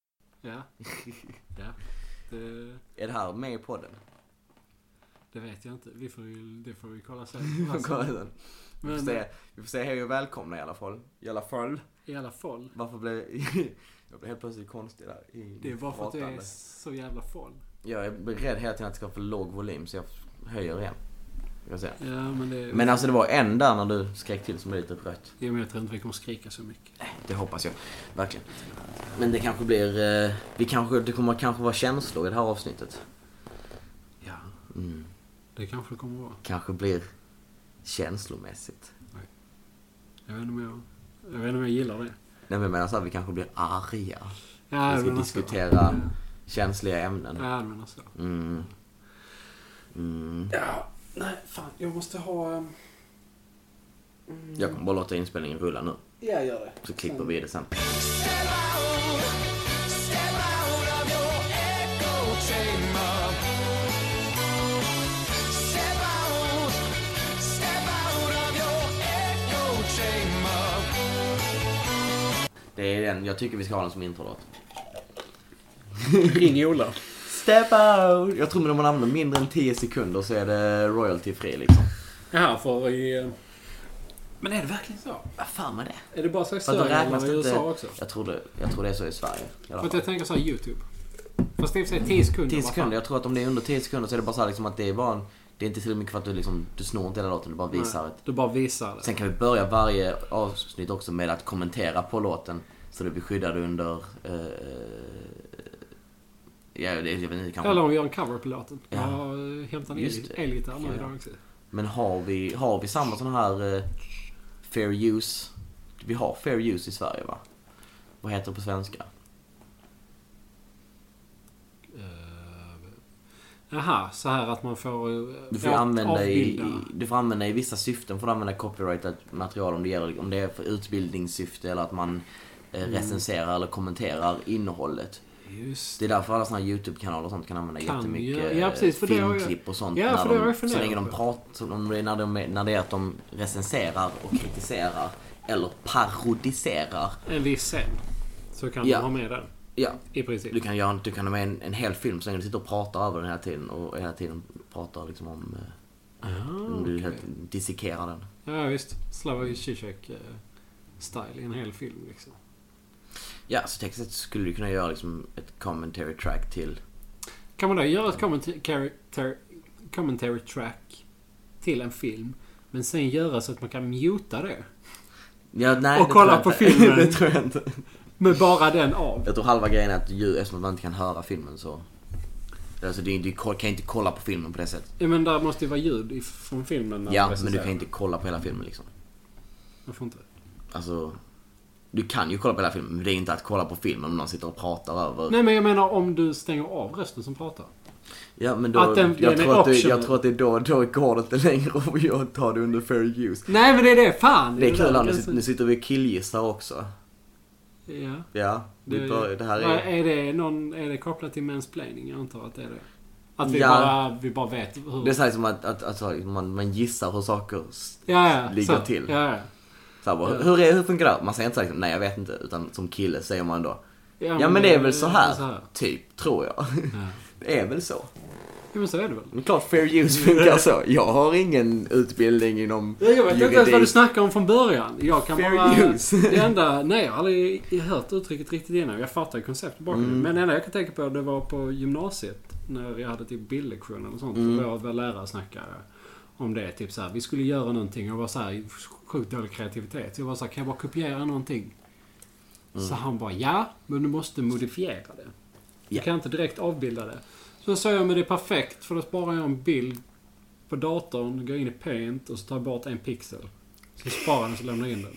Ja. ja. Det, Är det här med i podden? det vet jag inte. Vi får ju, det får vi kolla sen. Kolla sen. Vi får, Alltså, Men- eh, säga, vi får säga hej och välkomna i alla fall. I alla fall. I alla fall. Varför blev jag blev helt plötsligt konstig där i Det är bara för att du är pratande. så jävla full. Jag är rädd hela tiden att det ska vara för låg volym så jag höjer igen. Vi får se. Ja, men det... Men alltså det var en där när du skrek till som blev lite rött. Jo, men jag tror inte vi kommer skrika så mycket. Det hoppas jag. Verkligen. Men det kanske blir... eh, Vi kanske, det kommer kanske vara känslor i det här avsnittet. Ja, Mm. det kanske det kommer vara. Kanske blir känslomässigt. Jag vet inte om jag, jag, vet inte om jag gillar det. Nej men jag menar så här, vi kanske blir arga. Ja, Vi ska jag menar diskutera- Så. Känsliga ämnen. Ja, alltså. jag menar så. Mm. Mm. Ja, nej, fan. Jag måste ha... ehm, Mm, Jag kommer bara låta inspelningen rulla nu. jag gör det. Så klipper Sen- vi det sen. Det är den. Jag tycker vi ska ha den som introlåt. Ring Ola. Step out! Jag tror att om man använder mindre än 10 sekunder så är det royalty-fri liksom. Ja, för i... eh, Men är det verkligen så? Vad fan var det? Är det bara så i Fast då Sverige räknas eller i det inte... USA också? Jag tror det, jag tror det är så i Sverige. i alla För att fall. jag tänker så här YouTube. Fast det är i och för sig 10 sekunder. 10 vad fan. sekunder. Jag tror att om det är under 10 sekunder så är det bara så här liksom att det är bara en, Det är inte tillräckligt mycket för att du liksom... Du snor inte hela låten, du bara visar ett... Du bara visar det. Sen kan vi börja varje avsnitt också med att kommentera på låten så du blir skyddad under... Eh, ja, det, jag vet inte, kanske. Eller om vi gör en cover på låten. Ja. Jag har eh, hämtat en Just el- det. elgitarr nu Ja. idag också. Men har vi, har vi samma sån här eh, fair use? Vi har fair use i Sverige va? Vad heter det på svenska? Eh, Jaha, så här att man får... eh, Du får, av- ju använda i, avbilda. du får använda i vissa syften får du använda copyrightat material om det, gäller, om det är för utbildningssyfte eller att man eh, recenserar eller kommenterar innehållet. Just Det är därför alla såna här YouTube-kanaler och sånt kan använda Kan jättemycket göra- eh, ja, precis, för det har jag- filmklipp och sånt. Ja, när för det har jag de, så funderat länge de på. pratar, om det är när, de, när det är att de recenserar och kritiserar eller parodiserar. en viss scen. Så kan Ja. du ha med den. Ja, I princip. du kan, göra, du kan ha med en, en hel film så länge du sitter och pratar över den hela tiden och hela tiden pratar liksom om... eh, ah, om Du okej. helt dissekerar den. Ja, visst. Slavoj Zizek-style i en hel film liksom. Ja, så tekniskt sett skulle du kunna göra liksom ett commentary track till... Kan man då göra ett commentary, commentary track till en film, men sen göra så att man kan muta det? Ja, nej, Och det tror kolla jag på inte. filmen. det tror jag inte. Med bara den av? Jag tror halva grejen är att ljud, eftersom man inte kan höra filmen så... Alltså du, du ko- kan ju inte kolla på filmen på det sättet. Ja, men där måste ju vara ljud i- från filmen. när Ja, man men du recenserar. kan ju inte kolla på hela filmen liksom. Varför inte? Alltså... Du kan ju kolla på hela filmen, men det är inte att kolla på filmen om någon sitter och pratar över... Nej, men jag menar om du stänger av rösten som pratar. Ja, men då... Att den- jag, den är tror att du, jag optional. tror att det är då, då går det inte längre och jag tar det under fair use. Nej, men det är det! Fan! Det är kul, där här, nu, sit- gränsen- nu sitter vi och killgissar också. Ja. Ja, vi Det, bör, det här Vad är... är, det någon, är det kopplat till mansplaining? Jag antar att det är det. Att vi, Ja. bara, vi bara vet hur... Det är så här som att, att, att, så här, man, man gissar hur saker... s- ja, ja, ligger så. till. Ja, ja. Så här, bara, Ja. hur, är, hur funkar det här? Man säger inte så här, liksom, nej jag vet inte, utan som kille säger man då, ja, ja men det är väl så det är här, typ, tror jag. Ja. Det är väl så. Ja, men så är det väl. Men klart fair use funkar så. Jag har ingen utbildning inom Ja, Jag vet inte ens vad du snackar om från början. Jag kan Fair bara... use. Det enda... Nej, jag har aldrig hört uttrycket riktigt innan. Jag fattar ju konceptet bakom det. Men det enda jag kan tänka på det var på gymnasiet. När jag hade typ bildlektion eller sånt. Så var väl lärare snacka om det. Typ så här, vi skulle göra någonting och var så här sjukt dålig kreativitet. Så jag var så här, kan jag bara kopiera någonting? Så han bara, ja, men du måste modifiera det. Du Ja. kan inte direkt avbilda det. Så sa jag, men det är perfekt för då sparar jag en bild på datorn, går in i Paint och så tar jag bort en pixel. Så sparar den och så lämnar jag in den.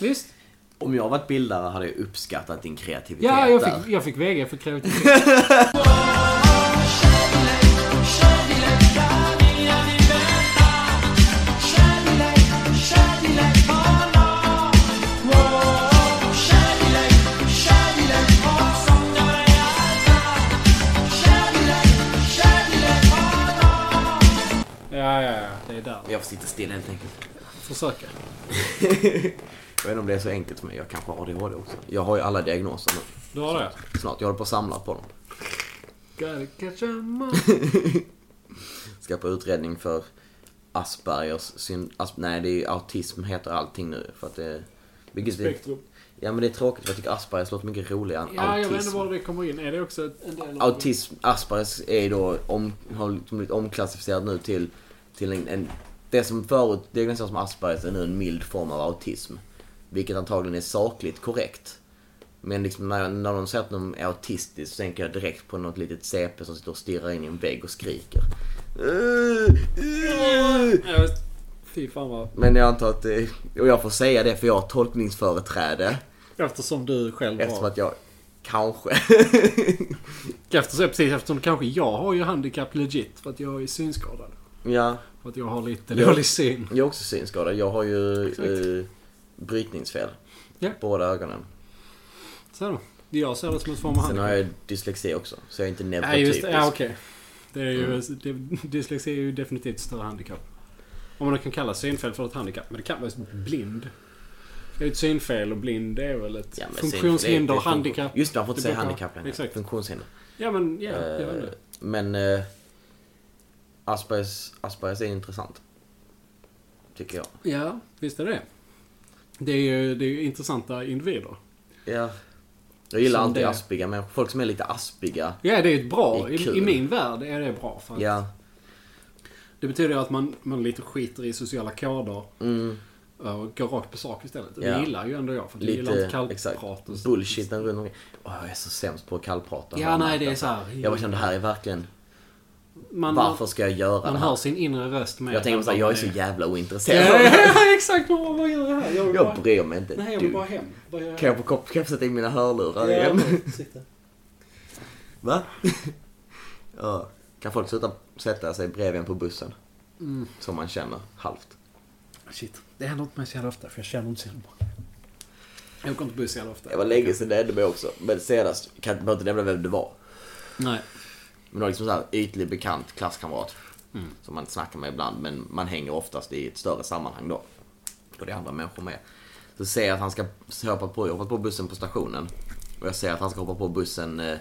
Visst? Om jag varit bildare hade jag uppskattat din kreativitet Ja, jag där. fick, jag fick väga för kreativitet. Ja, ja, ja. Det är där. Jag får sitta still helt enkelt. Försöka. Jag vet inte om det är så enkelt för mig. Jag kanske har ADHD också. Jag har ju alla diagnoser nu. Du har det? Snart. Jag håller på att samla på dem. Gotta catch 'em all. Ska på utredning för Aspergers syn... Asp... Nej, det är ju autism heter allting nu. För att det... Vilket är... Spektrum. Ja, men det är tråkigt för jag tycker Aspergers låter mycket roligare än Ja, jag vet inte autism. var det kommer in. Är det också ett- en del av... Autism, Aspergers är ju då om, har liksom blivit omklassificerad nu till, till en, en... Det som förut diagnostiserades som Aspergers är nu en mild form av autism. Vilket antagligen är sakligt korrekt. Men liksom när, när de säger att de är autistiska så tänker jag direkt på något litet CP som sitter och stirrar in i en vägg och skriker. Jag vet- Fy fan vad... Men jag antar att det, Och jag får säga det för jag har tolkningsföreträde. Eftersom du själv Eftersom har... att jag kanske... Eftersom, precis, eftersom kanske jag har ju handikapp legit. För att jag är synskadad. ja, För att jag har lite Ja. dålig syn. Jag är också synskadad. Jag har ju Exakt. eh, brytningsfel. Ja. På båda ögonen. Så då. Jag ser det som ett form av Sen handikapp. har jag typ dyslexi också. Så jag är inte Ja, just neurotypisk. det. Ja, okej. Det är ju, Mm. det, dyslexi är ju definitivt ett större handikapp. Om man nu kan kalla synfel för ett handikapp. Men det kan vara blind. Det är ju ett synfel och blind det är väl ett Ja, men sen- funktionshinder, det är- det är handikapp. Just det, man får inte Det säga brukar- handikapp längre. exakt. Funktionshinder. Ja men ja, jag Eh, vet inte. men eh, Aspergers, Aspergers är intressant. Tycker jag. Ja, visst är det det. är ju, det är ju intressanta individer. Ja. Jag gillar Som alltid det. aspiga människor. Folk som är lite aspiga. Ja, det är ju ett bra. Det I, är kul. I min värld är det bra. För att Ja. Det betyder ju att man, man lite skiter i sociala koder Mm, och går rakt på sak istället. Och Ja. Det gillar ju ändå jag. För att jag gillar inte lite, exakt. kallprat och så. Bullshiten runt omkring. Åh, jag är så sämst på att kallprata. Ja, nej det är så här. Jag bara kände, det här är verkligen... Man- man- Varför ska jag göra Man det här? hör sin inre röst med. Jag tänker såhär, jag är så jävla ointresserad. Ja, ja, exakt! Vad vad gör jag här? Jag vill bara, Jag bryr mig inte nej, jag du. vill bara hem. Vad gör jag? Kan jag få kop- kan jag få sätta in mina hörlurar Ja, igen? men, sitta. Va? ja. Kan folk sluta sätta sig bredvid en på bussen? Mm. Som man känner halvt. Shit. Det händer inte mig så jävla ofta, för jag känner inte så jävla många. Jag åker inte buss så jävla ofta. Det var länge sedan det hände mig också. Men senast, kan jag behöver inte nämna vem det var. Nej. Men det var liksom såhär ytlig bekant klasskamrat. Mm. Som man snackar med ibland, men man hänger oftast i ett större sammanhang då. Då det är andra människor med. Så ser jag att han ska hoppa på, jag har hoppat på bussen på stationen. Och jag ser att han ska hoppa på bussen. Eh,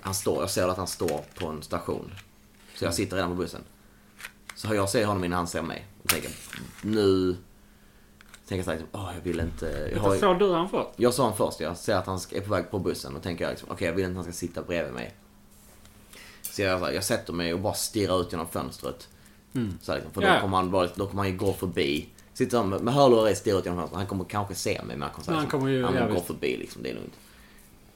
han står, jag ser att han står på en station. Så jag sitter redan på bussen. Så har jag ser honom innan han ser mig. Och tänker, nu... Tänker såhär, liksom, åh jag vill inte... Jag, Detta har, såg du han fått? jag sa honom först, jag ser att han ska- är på väg på bussen. Och tänker jag liksom, okej jag vill inte att han ska sitta bredvid mig. Så jag, så här, jag sätter mig och bara stirrar ut genom fönstret. Så här, liksom, för då, Ja. kommer han bara, då kommer han ju gå förbi. Sitter han med, med hörlurar i stirrar ut genom fönstret. Han kommer kanske se mig men han kommer, så Men här, han liksom, kommer ju- han ja, går visst. förbi liksom, det är lugnt.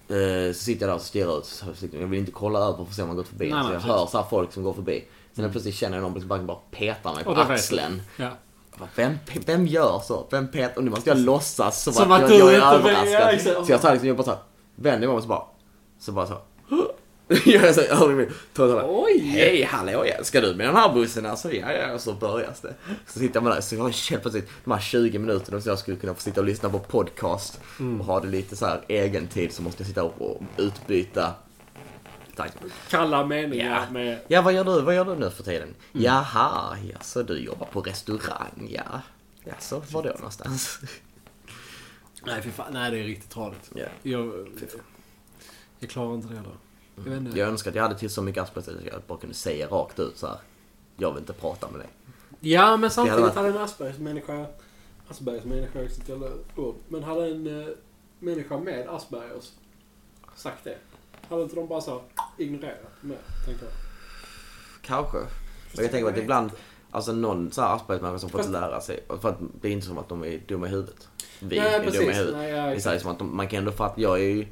Eh, Så sitter jag där och stirrar ut. Så här, liksom, jag vill inte kolla över för att se om han gått förbi. Nej, så nej, jag precis. Mm. hör så här folk som går förbi. Sen plötsligt känner jag någon som bara, bara petar mig på Och det vet axeln. Ja. Jag bara, Vem, vem gör så? Vem petar? Och nu måste jag låtsas som, Som att, att jag, du jag är inte vill- ja, överraskad. exakt. så jag tar liksom, jag bara så här, vänder mig om och så bara, så bara så. Gör jag så här, öronen i min- tar så här, Oj! Hej hallå ja, ska du med den här bussen alltså? Ja ja, och så börjas det. Så sitter man där, så jag har helt plötsligt de här 20 minuterna som jag skulle kunna få sitta och lyssna på podcast Mm. och ha det lite så här egen tid så måste jag sitta och och utbyta tankar. Kalla meningar Ja. med... Ja, vad gör du? Vad gör du nu för tiden? Jaha, ja, så du jobbar på restaurang, ja. Ja, så var då någonstans? Nej, fy fan. Nej, det är riktigt tradigt. Ja. Jag, Fy fan. jag klarar inte det heller. Jag vet inte. Jag önskar att jag hade till så mycket Aspergers att jag bara kunde säga rakt ut så här. Jag vill inte prata med dig. Ja, men Det samtidigt hade hade en Aspergers-människa... Aspergers-människa är också ett jävla ord. Men hade en eh, människa med Aspergers sagt det? Hade inte de bara så här ignorerat med, tänker jag. Kanske. Men jag tänker att ibland, alltså någon så här Aspergers-människa som fått lära sig. För att det är inte som att de är dumma i huvudet. Vi Nej, är precis. dumma i huvudet. Nej, ja, det är så exakt. här, som att de, man kan ändå fatta, jag är ju,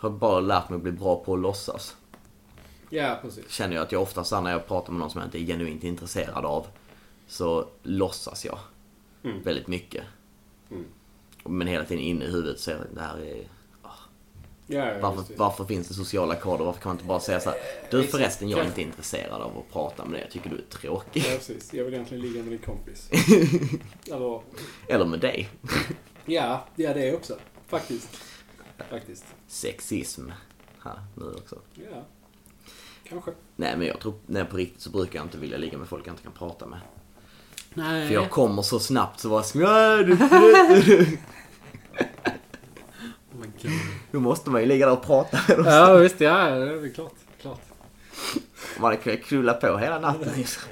har bara lärt mig att bli bra på att låtsas. Ja, precis. känner jag att jag ofta så när jag pratar med någon som jag inte är genuint intresserad av så låtsas jag Mm. väldigt mycket. Mm. Men hela tiden inne i huvudet så är det här är... ah, Ja, ja, Varför, just det. varför finns det sociala koder? Varför kan man inte bara säga så här? Du Exakt. förresten, jag är Ja. inte intresserad av att prata med dig. Jag tycker du är tråkig. Ja, precis. Jag vill egentligen ligga med din kompis. Eller, Eller med dig. ja, ja det är också. Faktiskt. Faktiskt. Sexism. Här, nu också. Ja. Kanske. Nej men jag tror, nej på riktigt så brukar jag inte vilja ligga med folk jag inte kan prata med. Nej. För jag kommer så snabbt så bara "Nej, du- du- du." Oh my God. Då måste man ju ligga där och prata med dem. Ja visst, ja det är väl klart. klart. Man kan ju krulla på hela natten. liksom.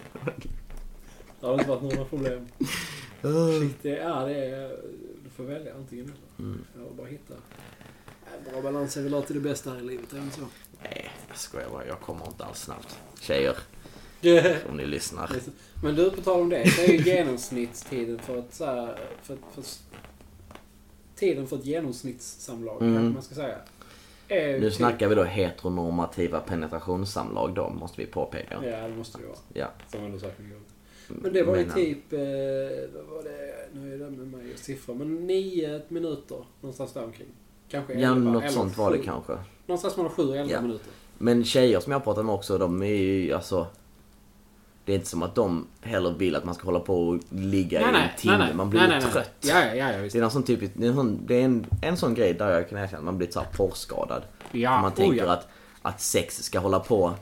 Det har inte varit några problem. Mm. Det är, det är, du får välja antingen eller. Mm. Jag bara hitta. En Bra balans är väl alltid det bästa här i livet, även så. Nej, jag skojar bara. Jag kommer inte alls snabbt. Tjejer, om ni lyssnar. Men du, på tal om det, så är ju genomsnittstiden för ett, så här, för, för, tiden för ett genomsnittssamlag, Mm. kanske man ska säga. Är ju Nu typ- snackar vi då heteronormativa penetrationssamlag då, måste vi påpeka. Ja, det måste det vara. Ja. Som undersökningen gjorde. Men det var ju Men, typ, eh, vad var det, nu är det med mig och siffror, men nio minuter någonstans där omkring. Kanske Ja, elva, något eller sånt var det sju. kanske. Någonstans mellan sju och elva Ja. minuter. Men tjejer som jag pratar med också, de är ju alltså... Det är inte som att de heller vill att man ska hålla på och ligga i en timme. man blir ju trött. Ja, ja, ja, visst. Det är, någon sån typisk, det är, en, sån, det är en, en sån grej där jag kan erkänna att man blir så här porrskadad. Ja, man oh tänker ja. att, att sex ska hålla på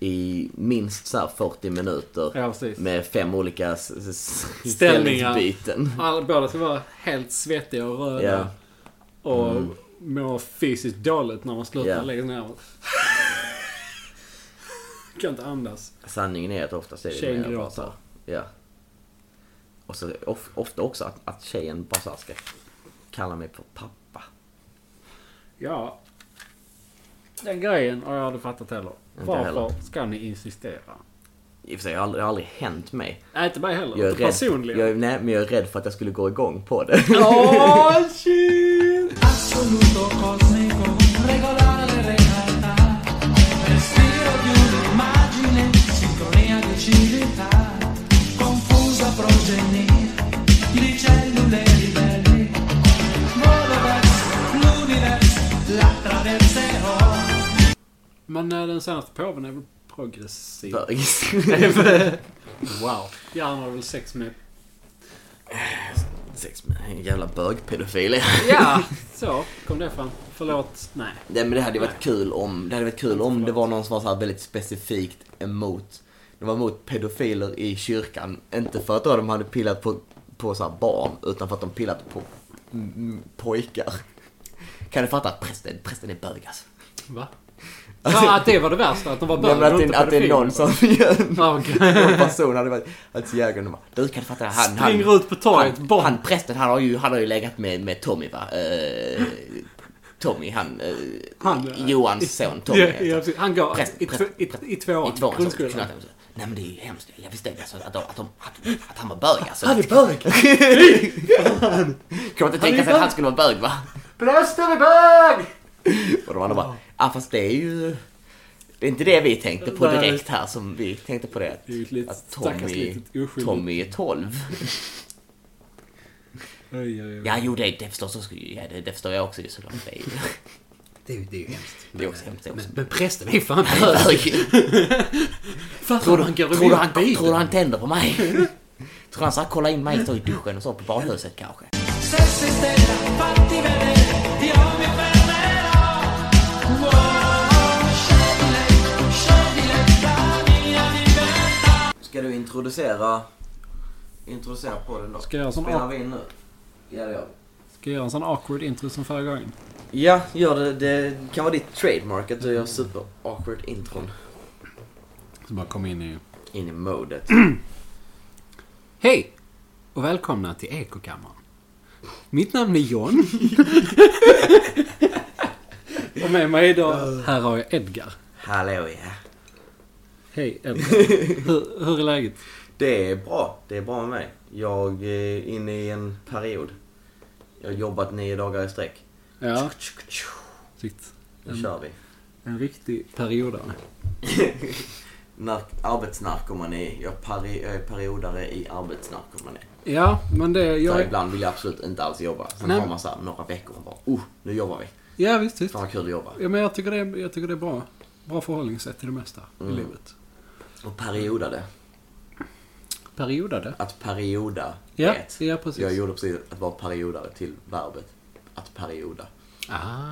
i minst så här 40 minuter Ja, precis. med fem olika s- s- Ställningar. ställningsbyten. All, båda ska vara helt svettiga och röda. Ja. Mm. Och må fysiskt dåligt när man slutar Ja. lägga ner. kan inte andas. Sanningen är att oftast är det Tjejen mer bara gråter. så här- Ja. Och så of, ofta också att, att tjejen bara så här ska kalla mig för pappa. Ja. Den grejen har jag aldrig fattat heller. Inte Varför heller. ska ni insistera? I och för sig, det har aldrig, det har aldrig hänt mig. Nej, inte mig heller. Jag är Inte rädd, personligen. jag, är- nej, men jag är rädd för att jag skulle gå igång på det. Åh, shit! Absoluto cosmico, regolare le realtà, respiro di un'immagine, sincronia di civiltà, confusa progenie di cellule ribelli, volo verso l'universo, la attraverserò. Men eh, den senaste påven är väl progressiv? Wow. Gärna har väl sex med... Sex med en jävla bögpedofil. Ja! Så, kom det fram. Förlåt. Nej. Nej men det hade ju varit kul om, det hade varit kul om det var någon som var så här väldigt specifikt emot, de var emot pedofiler i kyrkan. Inte för att då de hade pillat på, på så här barn, utan för att de pillat på mm, pojkar. Kan du fatta att prästen, prästen är bög alltså. Va? Ja, att det var det värsta? Att de var Nej, men bönder att, och det, inte att det är någon som gör Ja, okej. någon person hade varit, att så jägaren bara, du kan du fatta han, han, Springer ut på torget, han, bomb. han prästen han har ju, han har ju legat med, med Tommy va? Eh, Tommy, han, eh, Han, eh, Johans son Tommy. Ja, heter ja, han. precis. Han går Präst- i, präst- tv- i, i tvåan. I tvåan så grundskolan. knattade han så. Nej men det är ju hemskt. Jag visste inte alltså, att, de, att, de, att, att han var bög alltså. Han är bög! Kan man inte tänka är sig att bög. han skulle vara bög va? Prästen är bög! Och de andra bara, ah fast det är ju... Det är inte det vi tänkte på Nej. direkt här som vi tänkte på det. Det är ju ett litet- Att stackars Tommy, litet oskyldigt- Tommy är 12. Oj, oj, oj. Ja, jo det, det förstås också. Ja, det, det förstår jag också ju såklart. Det är ju Det, är ju- det är ju hemskt. det är också hemskt. det är också- Men prästen är fan Han är bög! bög. Fattar Tror du du han han, går tror du han, emot tror du Bibeln? han tänder på mig? Tror han så här kollar in mig så i duschen och så på badhuset kanske? Se sei stella, fatti vedere, io mi fermerò. Wow, scegli, scegli la mia libertà. Ska du introducera... Introducera podden då? Ska jag som Spelar vi in nu? Ja, det gör vi. Ska jag göra en sån awkward intro som förra gången? Ja, gör det. Det kan vara ditt trademark att du gör super awkward intron. Så bara kom in i... In i modet. Hej! Och välkomna till Ekokammaren. Mitt namn är John. och med mig idag, här har jag Edgar. Hallå ja. Hej Edgar. Hur, hur är läget? Det är bra. Det är bra med mig. Jag är inne i en period. Jag har jobbat nio dagar i sträck. Ja. Mm. Sitt. Nu kör vi. En riktig periodare. Nark- arbetsnarkomani. Jag, pari- jag är periodare i arbetsnarkomani. Ja, men det... Så Jag, är- ibland vill jag absolut inte alls jobba. Sen Nej. har man så här några veckor och bara oh, nu jobbar vi. ja, visst, visst. Fan vad kul att jobba. Ja, men jag tycker det är, jag tycker det är bra. Bra förhållningssätt till det mesta i livet. Och periodade. Periodade. Att perioda Ja, är ett. ja, precis. Jag gjorde precis att vara periodare till verbet. Att perioda. Ah,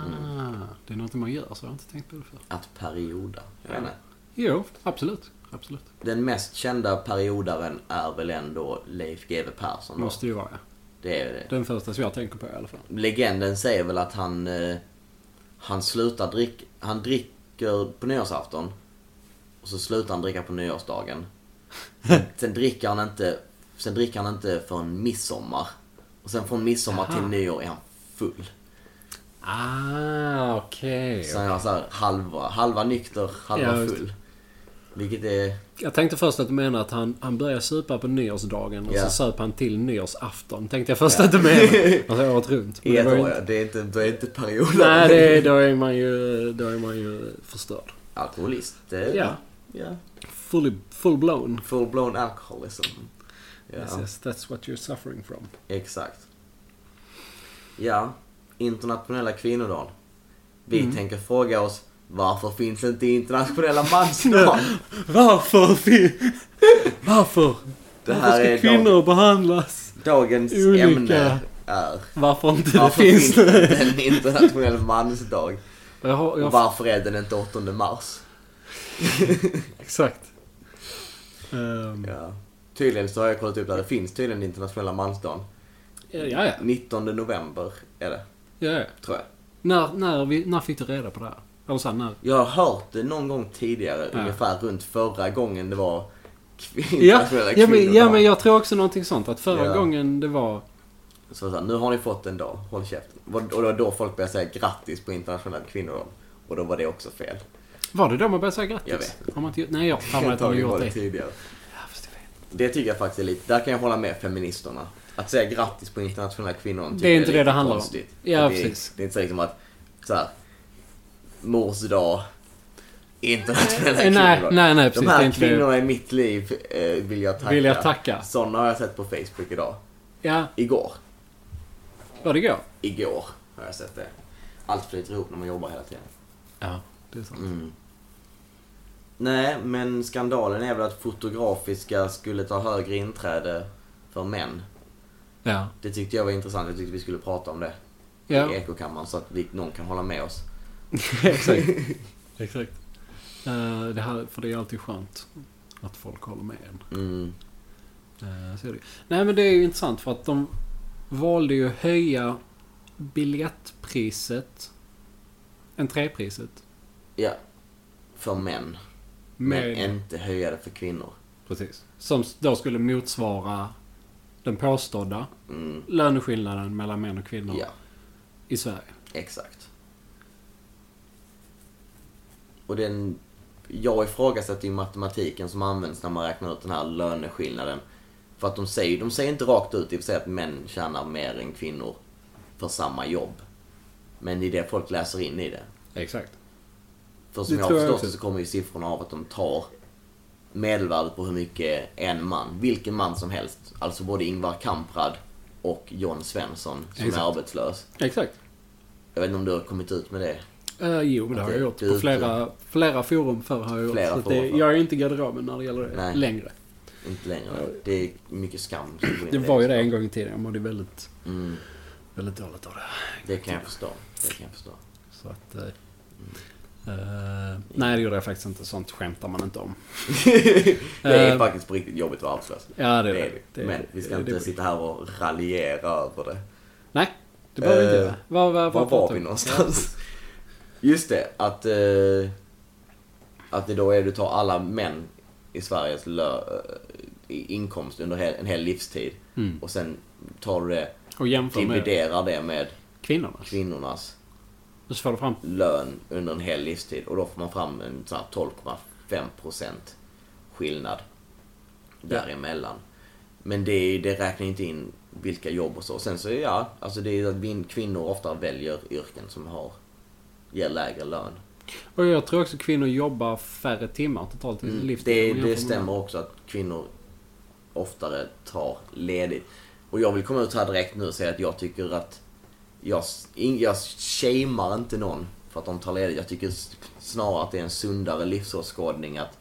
det är något man gör så jag har inte tänkt på det förr. Att perioda. Jag vet inte. Jo, absolut. absolut. Den mest kända periodaren är väl ändå Leif GW Persson. då. Måste ju vara, ja. Det är det. Den första som jag tänker på i alla fall. Legenden säger väl att han... Eh, han slutar drick... Han dricker på nyårsafton. Och så slutar han dricka på nyårsdagen. Sen, sen dricker han inte... Sen dricker han inte förrän midsommar. Och sen från midsommar Aha. till nyår är han full. Ah, okej. Så han är såhär halva, halva nykter, halva Ja, just det. full. Vilket är... Jag tänkte först att du menade att han, han började supa på nyårsdagen och Ja. så söp han till nyårsafton. Tänkte jag först att du menade. Alltså året runt. Men Ett var ju år, ja. inte- Det är inte, det är inte perioden. Nej, det, då, är man ju, då är man ju förstörd. Alkoholist. Det, Ja. ja. Fully, full blown. Full-blown alcoholism. Ja. Yes, yes, that's what you're suffering from. Exakt. Ja, internationella kvinnodagen. Vi Mm. tänker fråga oss varför finns inte internationella mansdagen? Varför? fi- Varför? Det Varför här ska är kvinnor behandlas? Dagens Olika. ämne är Varför inte varför det finns? finns det inte en internationell mansdag? Jag har, jag Och varför är den inte 8 mars? Exakt. Ehm, Ja. Tydligen så har jag kollat upp där det finns tydligen internationella mansdagen. ja, ja, ja. 19 november är det, ja, ja. tror jag. När, när, vi, när fick du reda på det här? Eller så här, när? Jag har hört det någon gång tidigare, Ja. ungefär runt förra gången det var kvin- Ja, internationella ja, men, ja, kvinnodagen. men jag tror också någonting sånt. Att förra Ja. gången det var... Så jag sa, nu har ni fått en dag, håll käften. Och och det var då folk började säga grattis på internationella kvinnodagen. Och då var det också fel. Var det då man började säga grattis? Jag vet. Har man inte gjort, nej, jag har för mig att man Antagligen gjort var det det. tidigare. Ja, fast jag vet. Det tycker jag faktiskt är lite, där kan jag hålla med feministerna. Att säga grattis på internationella Det kvinnodagen tycker är jag inte det lite det handlar om. konstigt. Ja, det, är, precis. det är inte så liksom att, så här, mors dag, internationella Eh, Nej, nej, kvinnodagen. nej, nej, precis. De Det är här inte det. kvinnorna i mitt liv eh, vill jag tacka. Vill jag tacka. Sådana har jag sett på Facebook idag. Ja, Igår. var det igår? Igår har jag sett det. Allt flyter ihop när man jobbar hela tiden. Ja, det är sant. Mm. Nej, men skandalen är väl att fotografiska skulle ta högre inträde för män. Ja. Det tyckte jag var intressant. Jag tyckte vi skulle prata om det i Ja, Ekokammaren så att vi, någon kan hålla med oss. exakt. exakt. Eh, det här, för det är alltid skönt att folk håller med en. Mm. Eh, Så är det. ju. Nej men det är ju intressant för att de valde ju höja biljettpriset. Entrépriset. Ja. För män. Men inte höja det för kvinnor. Precis. Som då skulle motsvara den påstådda Mm. löneskillnaden mellan män och kvinnor Ja, i Sverige. exakt. Och den... Jag ifrågasätter ju matematiken som används när man räknar ut den här löneskillnaden. För att de säger, de säger inte rakt ut i och för sig att män tjänar mer än kvinnor för samma jobb. Men det är det folk läser in i det. Exakt. För som Det jag har tror jag förstått det också. så kommer ju siffrorna av att de tar medelvärdet på hur mycket en man, vilken man som helst, alltså både Ingvar Kamprad och John Svensson som Exakt. är arbetslös. Exakt. Jag vet inte om du har kommit ut med det? Eh, jo, men det har jag Det- gjort. det På är flera, flera forum förr har jag gjort. Flera så att forum det, förr. jag är inte i garderoben när det gäller det Nej. längre. Inte längre. Det är mycket skam. som går in i liksom. Det var ju det en gång i tiden. Jag mådde väldigt, Mm, väldigt dåligt av det. det kan jag förstå. Det kan jag förstå. Så att... Eh, eh, nej, det gjorde jag faktiskt inte. Sånt skämtar man inte om. Det är Eh, faktiskt på riktigt jobbigt att vara arbetslös. Ja, det Det är är det. det. det. Men vi ska det- inte det- sitta här och raljera över det. Nej, det behöver vi inte Eh, göra. Var, var, Var var vi någonstans? Just det, att... Eh, att det då är du tar alla män i Sveriges lö, eh, i inkomst under hel, en hel livstid. Mm. Och sen tar du det, Och jämför med dividerar det med kvinnorna. kvinnornas Och så får du fram... lön under en hel livstid. Och då får man fram en sån här 12,5% skillnad däremellan. Men det, är- det räknar inte in vilka jobb och så. Sen så är ja, alltså det är att vin- kvinnor ofta väljer yrken som har, ger lägre lön. Och jag tror också kvinnor jobbar färre timmar totalt i sin livstid. om Mm, Det, man jämför det med stämmer män. också att kvinnor oftare tar ledigt. Och jag vill komma ut här direkt nu och säga att jag tycker att jag, in- jag shamear inte någon för att de tar ledigt. Jag tycker s- snarare att det är en sundare livsåskådning att,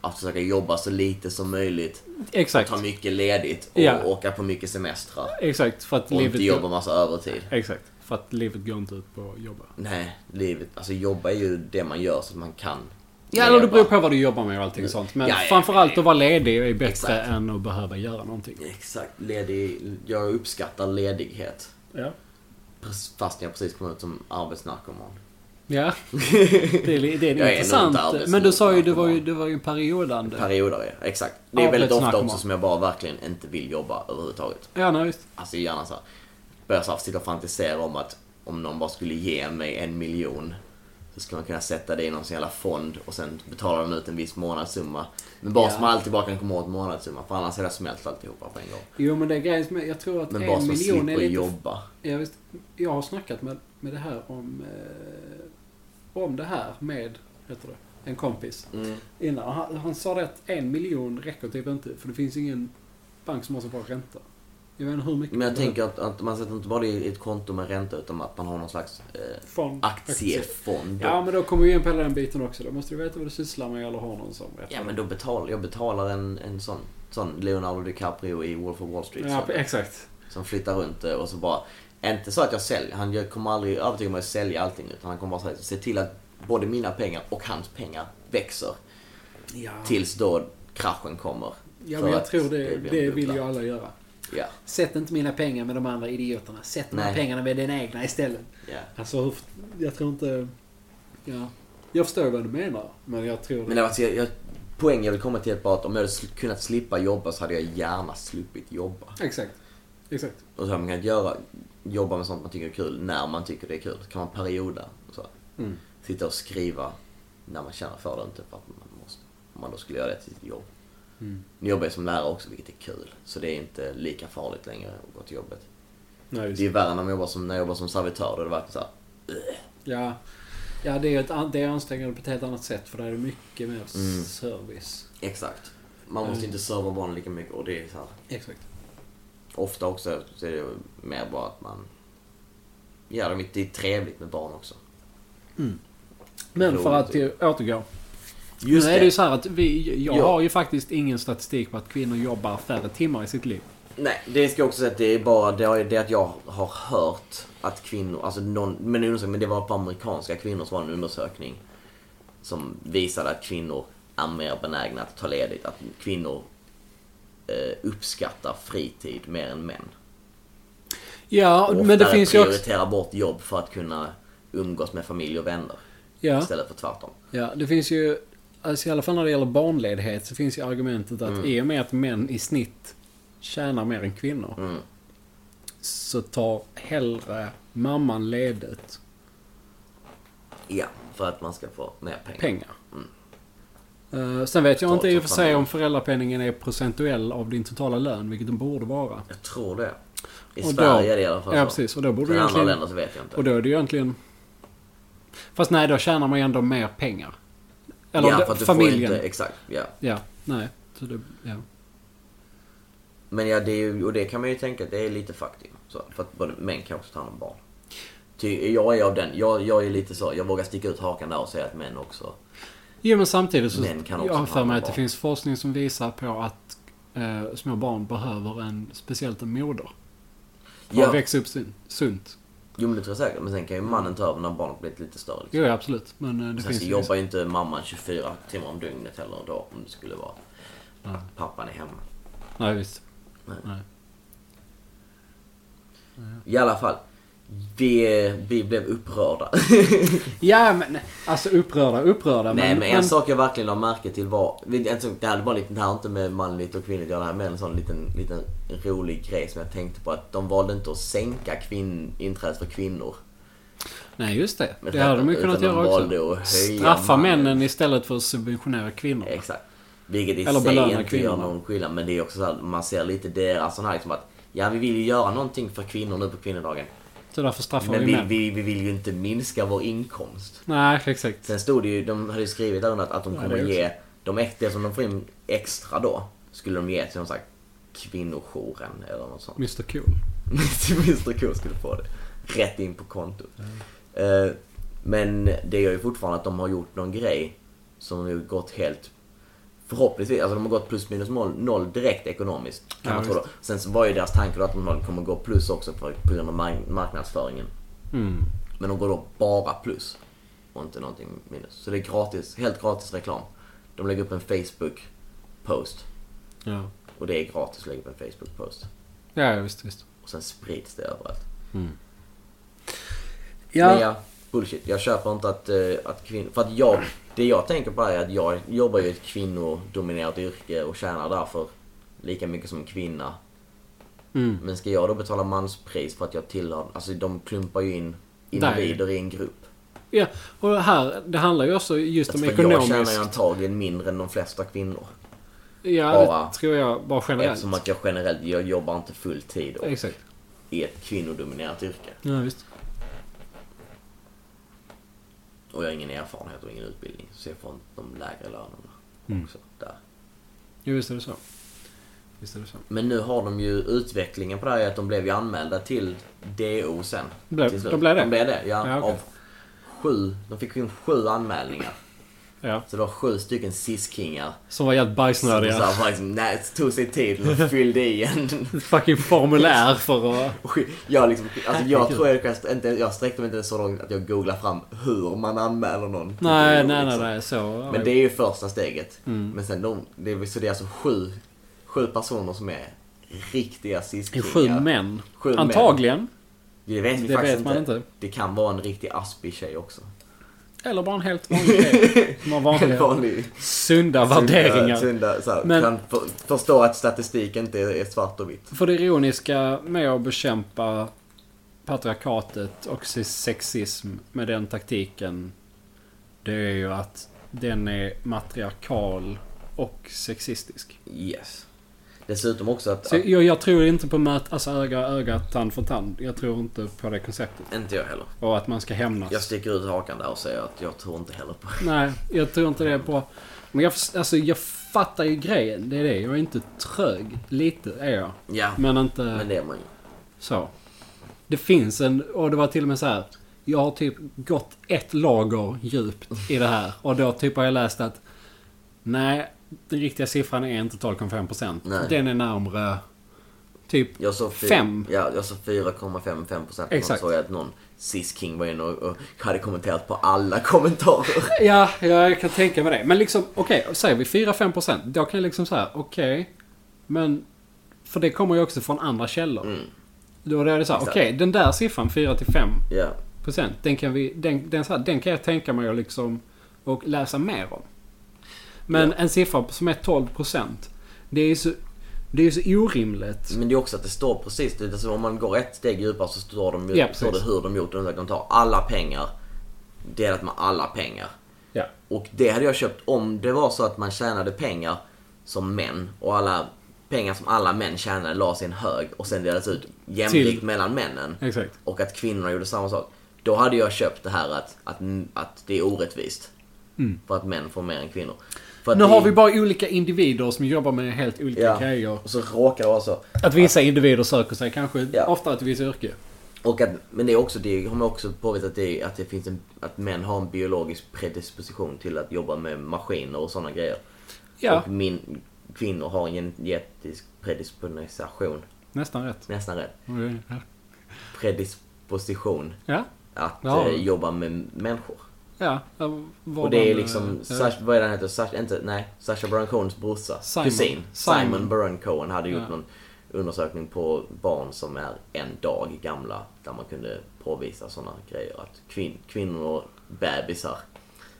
att försöka jobba så lite som möjligt, Exakt. ta mycket ledigt och Ja. åka på mycket semestrar. Exakt, för att Och livet... inte jobba massa övertid. Exakt. För att livet går inte ut på att jobba. Nej, livet, alltså jobba är ju det man gör så att man kan Ja, eller det leva. beror på vad du jobbar med och allting sånt. Men Ja, ja, framförallt att vara ledig är bättre Exakt. än att behöva göra någonting. Exakt. Ledig. Jag uppskattar ledighet. Ja. Pres- Fast jag precis kom ut som arbetsnarkoman. Ja. Det är, li- det Jag är är nog intressant. inte arbets- Men du sa ju, det var ju, narkoman. det var ju en periodande. Perioder, ja. Exakt. Det är väldigt ofta Arbetsnarkoman. också som jag bara verkligen inte vill jobba överhuvudtaget. ja, nej, visst. Alltså gärna så här. Börjar så här sitta och fantisera om att om någon bara skulle ge mig en miljon så skulle man kunna sätta det i någon sån jävla fond och sen betalar de ut en viss månadssumma. Men bara Ja. så man alltid bara kan komma åt månadssumma för annars är det smält alltihopa på en gång. Jo, men det är grejen som är- jag tror att Men bara en så man miljon är slipper lite... jobba. Ja, visst. Jag har snackat med, med det här om... Eh, om det här med, heter det, en kompis. Mm. Innan. Han, han sa det att en miljon räcker typ inte. För det finns ingen bank som har så bra ränta. Jag vet inte hur mycket. Men jag det är. tänker att, att man sätter inte bara det i ett konto med ränta utan att man har någon slags eh, Fond. aktiefond. Ja, men då kommer vi in på hela den biten också. Då måste du veta vad du sysslar med eller har någon som vet. Ja, men då betalar jag betalar en, en sån, sån Leonardo DiCaprio i Wolf of Wall Street. Ja, så- exakt. Som flyttar runt det och så bara... Inte så att jag säljer, han gör- kommer aldrig övertyga mig att sälja allting utan han kommer bara säga- se till att både mina pengar och hans pengar växer. Ja, Tills då kraschen kommer. ja För men jag att tror det, det det, blir en vill bubbla. ju alla göra. Ja, Sätt inte mina pengar med de andra idioterna. Sätt de här Nej. pengarna med dina egna istället. ja. Alltså, hur- jag tror inte... Ja. Jag förstår vad du menar, men jag tror... Men det var, alltså, jag, jag, poängen jag vill komma till är bara att om jag hade sl- kunnat slippa jobba så hade jag gärna sluppit jobba. Exakt. Exakt. Och så har man kunnat göra, jobba med sånt man tycker är kul när man tycker det är kul. Så kan man perioda. och Så. Mm. Sitta och skriva när man känner för det inte för att man måste. Om man då skulle göra det till sitt jobb. Mm. Nu jobbar jag som lärare också vilket är kul. Så det är inte lika farligt längre att gå till jobbet. Nej, Det är värre när, man jobbar som, när jag jobbar som servitör. Då är det verkligen såhär. Ja. Ja, det är, ett, an- det är ansträngande på ett helt annat sätt för där är det mycket mer Mm. service. Exakt. Man måste Mm. inte serva barnen lika mycket och det är så här. Exakt. Ofta också så är det ju mer bara att man... Ja, de- det är trevligt med barn också. Men för att Roligt. eh, återgå. Just nu är det ju så här att vi, jag Ja. har ju faktiskt ingen statistik på att kvinnor jobbar färre timmar i sitt liv. Nej, det ska jag också säga att det är bara det, är det att jag har hört att kvinnor, alltså någon, men, en undersökning, men det var på amerikanska kvinnor som var en undersökning som visade att kvinnor är mer benägna att ta ledigt, att kvinnor eh, uppskattar fritid mer än män. Ja, Och men det oftare finns ju också... prioriterar bort jobb för att kunna umgås med familj och vänner Ja, istället för tvärtom. ja, det finns ju... Alltså i alla fall när det gäller barnledighet så finns ju argumentet Mm. att i och med att män i snitt tjänar mer än kvinnor Mm. så tar hellre mamman ledigt Ja, för att man ska få mer pengar. pengar. Mm. Eh, sen vet jag Ta inte det i och som för sig fan. om föräldrapenningen är procentuell av din totala lön, vilket den borde vara. Jag tror det. I Och då- Sverige är det i alla fall Ja, så. precis. Och då borde I du andra egentligen... länder så vet jag inte. Och då är det ju egentligen... Fast nej, då tjänar man ju ändå mer pengar. Eller ja, det- för att du familjen. Får inte, exakt, ja. Ja, nej. Så det, ja. Men ja, det är ju, och det kan man ju tänka att det är lite faktiskt. Så, för att både män kan också ta hand om barn. Ty, jag är av den, jag, jag är lite så, jag vågar sticka ut hakan där och säga att män också. Jo, men samtidigt så... Män kan också jag har för ha mig att det barn. finns forskning som visar på att eh, små barn behöver en, speciellt en moder. För Ja, att växa upp sin, sunt. jo men det tror jag säkert. Men sen kan ju mannen ta över när barnet blivit lite större. Liksom. Jo, ja, absolut. Men eh, det Sen finns så ju... jobbar ju inte mamman 24 timmar om dygnet heller då om det skulle vara Nej. att pappan är hemma. Nej, visst. Nej. Nej. I alla fall. Vi, vi blev upprörda. Ja, men alltså upprörda, upprörda. Nej men, men en sak jag verkligen la märke till var, en sak, det här var lite, det här har inte med manligt och kvinnligt att göra, det här är mer en sån liten, liten rolig grej som jag tänkte på att de valde inte att sänka kvinn, inträdet för kvinnor. Nej, just det. Men Det hade de ju utan kunnat de göra valde också. att höja Straffa mannen. männen istället för att subventionera kvinnor. Exakt. Vilket i Eller sig belöna inte gör kvinnorna. någon skillnad men det är också så här, man ser lite deras sån här liksom att ja vi vill ju göra någonting för kvinnor nu på kvinnodagen. Så därför straffar Men vi vi, män. vi, vi vill ju inte minska vår inkomst. Nej, exakt. Sen stod det ju, de hade ju skrivit där under att, att de Ja, kommer det är ge, de, ex- det som de får in extra då, skulle de ge till någon sån här kvinnojouren eller något sånt. Mr Cool. Till Mr K skulle få det. Rätt in på kontot. Eh, men det gör ju fortfarande att de har gjort någon grej som ju gått helt Förhoppningsvis, alltså de har gått plus minus noll, noll direkt ekonomiskt. Kan Ja, man tro då. Sen så var ju deras tanke då att de kommer gå plus också för, på grund av mark- marknadsföringen. Mm. Men de går då bara plus. och inte någonting minus. Så det är gratis, helt gratis reklam. De lägger upp en Facebook-post. Ja. Och det är gratis att lägga upp en Facebook-post. Ja, visst, visst. Och sen sprids det överallt. Men Ja. ja, bullshit. Jag köper inte att, eh, att kvinnor... För att jag... Det jag tänker på är att jag jobbar ju i ett kvinnodominerat yrke och tjänar därför lika mycket som en kvinna. Mm. Men ska jag då betala manspris för att jag tillhör... Alltså de klumpar ju in individer i en grupp. ja. Och här, det handlar ju också just om Alltså, för jag tjänar ju ekonomiskt. antagligen mindre än de flesta kvinnor. Ja, bara. det tror jag. Bara generellt. Eftersom att jag generellt, jag jobbar inte fulltid och Exakt. i ett kvinnodominerat yrke. Ja, visst. Och jag har ingen erfarenhet och ingen utbildning. Så jag får inte de lägre lönerna Mm. också. Där. Jo, visst är det så. Visst är det så. Men nu har de ju utvecklingen på det här är att de blev ju anmälda till DO sen. Blev- till slut. de blev det? De blev det, ja. Ja, okej. Av sju, de fick in sju anmälningar. Ja. Så det var sju stycken ciskingar. Som var jävligt Som så bajsnödiga. här faktiskt, nej, tog sig tid och fyllde i en... Fucking formulär för att... Och Jag, liksom, alltså jag tror jag kanske inte, jag sträckte mig inte så långt att jag googlar fram hur man anmäler någon. till Nej, DO, nej, nej, liksom. nej. Mm. Så... Men det är ju första steget. Men sen de, det är, så det är alltså sju, sju personer som är riktiga Det är ciskingar. sju män. Sju män. Antagligen. Det vet vi Det faktiskt vet man inte. inte. Det kan vara en riktig aspig tjej också. Eller bara en helt vanlig tjej. Som har En vanliga, vanlig sunda värderingar. Sunda, så här, Men- Kan för, förstå att statistik inte är, är svart och vitt. För det ironiska med att bekämpa patriarkatet och sexism med den taktiken. Det är ju att den är matriarkal och sexistisk. Yes. Dessutom också att... Så jag, jag tror inte på mät, alltså öga, öga, tand för tand. Jag tror inte på det konceptet. att- Inte jag heller. Och att man ska hämnas. Jag sticker ut hakan där och säger att jag tror inte heller på Nej, jag tror inte det är bra. Men jag, alltså, jag fattar ju grejen. Det är det. Jag är inte trög. Lite är jag. Ja, men, Men inte det är man ju. så. Det finns en, och det var till och med så här. Jag har typ gått ett lager djupt i det här. Och då typ har jag läst att nej, den riktiga siffran är inte 12,5%. Nej. Den är närmre typ Jag såg fy- Fem. Ja, jag såg 4,55 procent. Exakt. såg jag att någon cis king var inne och, och hade kommenterat på alla kommentarer. Ja, jag kan tänka mig det. Men liksom, okej, säger vi 4-5%. Då kan jag liksom säga, okej. men, för det kommer ju också från andra källor. Då är det så här, okej, Mm. Exakt. den där siffran 4-5%. Ja. Den kan, vi, den, den, så här, den kan jag tänka mig att liksom, och läsa mer om. Men en siffra som är 12%. Det är ju så, det är ju så orimligt. Men det är också att det står precis, det, alltså om man går ett steg djupare så står, de, ju- Ja, precis. står det hur de gjort det. De tar alla pengar, delat med alla pengar. Ja. Och det hade jag köpt om det var så att man tjänade pengar som män och alla pengar som alla män tjänade lades i en hög och sen delades ut jämlikt Till- mellan männen. Exakt. Och att kvinnorna gjorde samma sak. Då hade jag köpt det här att, att, att det är orättvist. För att män får mer än kvinnor. För att Nu det- har vi bara olika individer som jobbar med helt olika ja, grejer. Och så råkar det vara så. Att vissa individer söker sig kanske Ja. oftare till vissa yrke. Och att, men det, är också, det har man också påvisat att det, att det finns en, att män har en biologisk predisposition till att jobba med maskiner och sådana grejer. Ja, Och min, kvinnor har en genetisk predisposition. nästan rätt. Nästan rätt. Okej. Predisposition Ja, att Ja. eh, jobba med människor. ja. ja, vad och det är man, liksom, eh, Sach, vad är den heter? Sach, inte, nej, Sacha Baron Cohens brorsa. Simon. Kusin. Simon. Simon, Baron Cohen hade gjort Ja. någon undersökning på barn som är en dag gamla. Där man kunde påvisa sådana grejer. Att kvin, kvinnor och bebisar,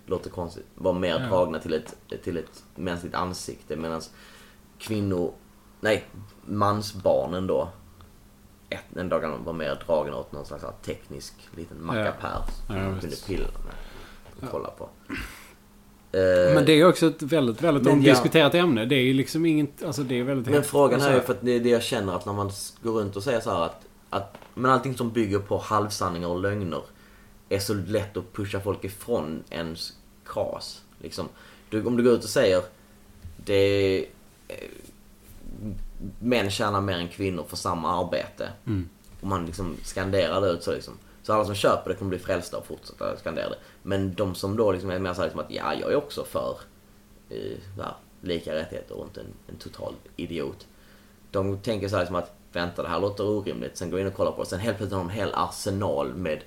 låter konstigt, var mer Ja. dragna till ett, till ett mänskligt ansikte. Medan kvinnor, nej, mansbarnen då. Ett, en dag gamla var mer dragna åt någon slags här teknisk liten mackapär. Som Ja, man visst. kunde pilla med och kolla på. Eh, Men det är också ett väldigt, väldigt Men ja. omdiskuterat ämne. Det är ju liksom inget, alltså det är väldigt... Men frågan alltså, är ju för att det är det jag känner att när man s- går runt och säger så här att, att men allting som bygger på halvsanningar och lögner är så lätt att pusha folk ifrån ens kras. Liksom, du, om du går ut och säger det är, eh, män tjänar mer än kvinnor för samma arbete. Mm. Och man liksom skanderar det ut så liksom. Så alla som köper det kommer bli frälsta och fortsätta skandera det. Men de som då liksom är mer så här liksom att ja, jag är också för eh, så här, lika rättigheter och inte en, en total idiot. De tänker så här liksom att vänta det här låter orimligt, sen går jag in och kollar på det. Sen helt plötsligt har de en hel arsenal med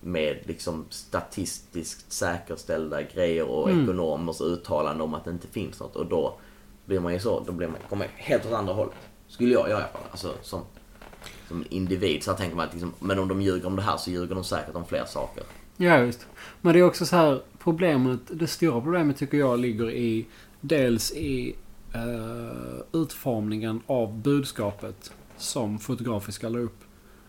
med liksom statistiskt säkerställda grejer och ekonomers uttalanden om att det inte finns något. Och då blir man ju så, då blir man, kommer man helt åt andra hållet. Skulle jag göra i alla fall. Alltså, som, som individ så här tänker man att liksom, men om de ljuger om det här så ljuger de säkert om fler saker. Ja, visst. Men det är också så här, problemet, det stora problemet tycker jag ligger i dels i eh, utformningen av budskapet som fotografiska la upp.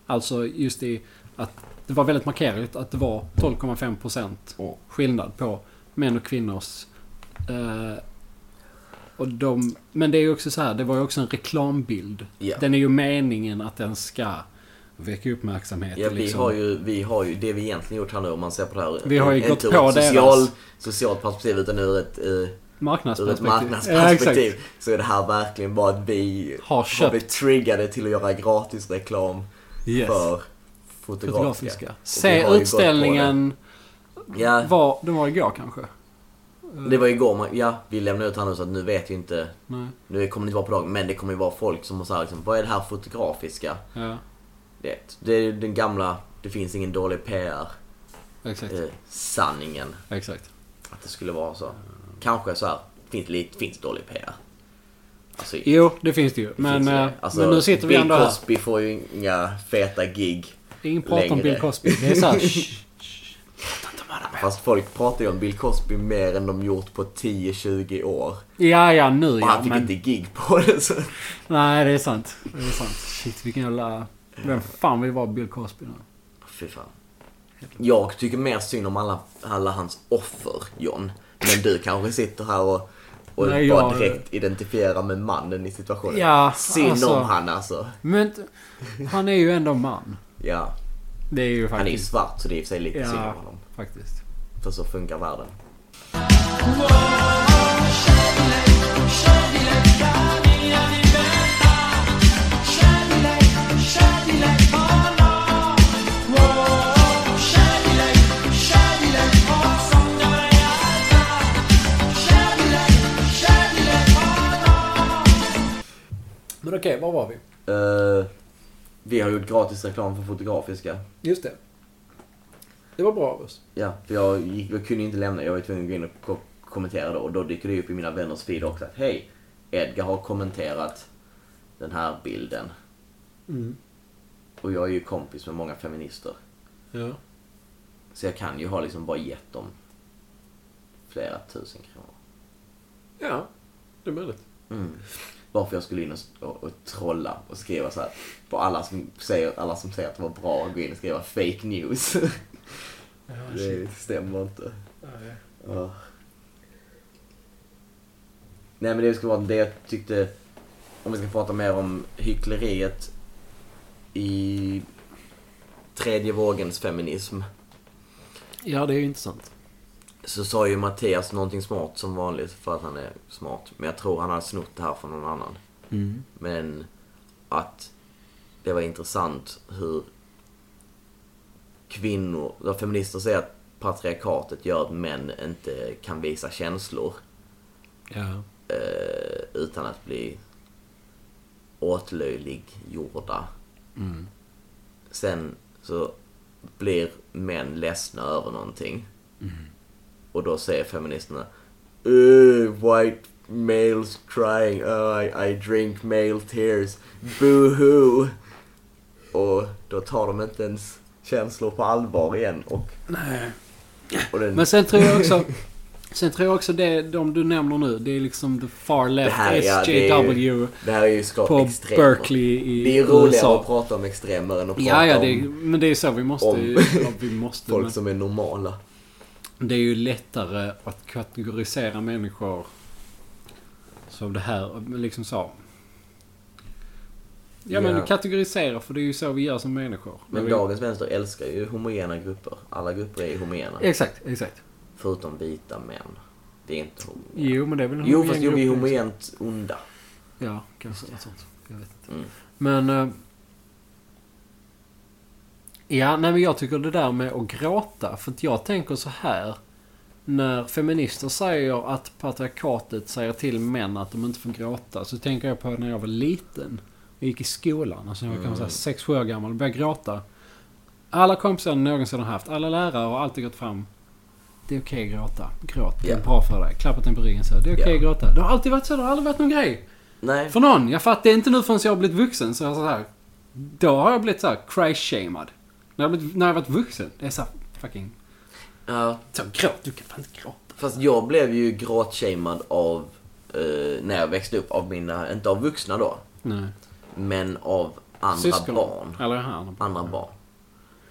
Alltså just i att det var väldigt markerat att det var 12,5% Mm. skillnad på män och kvinnors eh, och de, men det är ju också så här, det var ju också en reklambild. Ja. Den är ju meningen att den ska väcka uppmärksamhet. Ja, och vi, liksom- har ju, vi har ju det vi egentligen gjort här nu om man ser på det här. Vi har ju inte gått ur på ett social, deras. socialt perspektiv utan ur ett, eh, ur ett Marknadsperspektiv. marknadsperspektiv. så är det här verkligen bara att vi Har köpt. blivit triggade till att göra gratis reklam Yes. för fotografiska. Fotografiska. Och vi har ju Se gått på utställningen det. Ja, var, den var igår kanske? det var igår. man- Ja, vi lämnade ut här nu så att nu vet vi inte. Nej. Nu kommer det inte vara på dagen men det kommer ju vara folk som säger liksom, vad är det här fotografiska? Ja, Det, det är den gamla, det finns ingen dålig PR. exakt. Eh, sanningen. Exakt. Att det skulle vara så. Kanske så här. Finns, lite, finns dålig PR. Alltså, det Jo, det finns det ju. men, finns det. Alltså, eh, men nu sitter vi Bill ändå här. Cosby får ju inga feta gig. Ingen pratar om längre. Bill Cosby. Det är såhär... shh, shh. Fast folk pratar ju om Bill Cosby mer än de gjort på 10-20 år. Ja, ja, nu Och ja. han fick Men, inte gig på det. Så. nej, det är sant. Det är sant. Shit, vilken jävla... Vem fan vill vara Bill Cosby nu? Fy fan. Jag tycker mer synd om alla, alla hans offer, John. Men du kanske sitter här och, och Nej, bara jag- direkt identifierar med mannen i situationen. Ja, synd alltså- om han alltså. Men t- han är ju ändå man. Ja. Det är ju Han är ju faktiskt... svart så det är i och för sig lite synd om Ja, honom. faktiskt. För så funkar världen. Men okej, var var vi? Eh, vi har gjort gratis reklam för Fotografiska. Just det. Det var bra av oss. Ja, för jag, gick, jag kunde inte lämna, jag var tvungen att gå in och ko- kommentera då. Och då dyker det upp i mina vänners feed också att hej, Edgar har kommenterat den här bilden. Mm. Och jag är ju kompis med många feminister. Ja. Så jag kan ju ha liksom bara gett dem flera tusen kronor. Ja, det är möjligt. Mm. Varför jag skulle in och, och, och trolla och skriva så här på alla som, säger, alla som säger att det var bra att gå in och skriva fake news. Ah, det stämmer inte. Ja. Nej men det skulle vara det jag tyckte, om vi ska prata mer om hyckleriet i tredje vågens feminism. Ja, det är ju intressant. Så sa ju Mattias någonting smart som vanligt för att han är smart. Men jag tror han har snott det här från någon annan. Mm. Men att det var intressant hur kvinnor, där feminister säger att patriarkatet gör att män inte kan visa känslor Ja. eh, utan att bli åtlöjliggjorda. Mm. Sen så blir män ledsna över någonting. Mm. Och då säger feministerna "Ugh, White males crying, uh, I, I drink male tears, boo-hoo. Och då tar de inte ens känslor på allvar igen. Och, Nej. och den, Men sen tror jag också... Sen tror jag också det, de du nämner nu, det är liksom the far det, left här, ja, det, är SJW ju, det här är ju skap på extremer. Berkeley i Det är ju roligare USA. att prata om extremer än att prata Ja, ja, det, är- om men det är så vi måste... om- ju- Ja, vi måste folk men som är normala. Det är ju lättare att kategorisera människor som det här, men liksom så. Ja, men Ja. kategorisera, för det är ju så vi gör som människor. Men vi, dagens vänster älskar ju homogena grupper. Alla grupper är homogena. Exakt, exakt. Förutom vita män. Det är inte homogena. Jo, men det är väl en Jo, homogen fast jo, vi är grupp, liksom. homogent onda. Ja, kanske något sånt. Jag vet inte. Mm. Men... eh, ja, nej men jag tycker det där med att gråta. För att jag tänker så här. När feminister säger att patriarkatet säger till män att de inte får gråta. Så tänker jag på när Mm. jag var liten. Jag gick i skolan, alltså jag var kanske 6-7 år gammal och började gråta. Alla kompisar du någonsin har haft, alla lärare har alltid gått fram. Det är okej att gråta. Gråt. Det är Ja. bra för dig. Klappat en på ryggen så. här, Det är okej Ja. att gråta. Det har alltid varit så. Det har aldrig varit någon grej. Nej. För någon. Jag fattar inte nu förrän jag har blivit vuxen. Så, jag så här, då har jag blivit så här cry-shamed. När jag, har blivit, när jag har varit vuxen. Det är så här, fucking... Ja. Så gråt. Du kan fan inte gråta. Fast jag blev ju gråtshamad av, eh, när jag växte upp, av mina, inte av vuxna då, Nej. men av andra Syskon. barn. Eller han. Andra barn.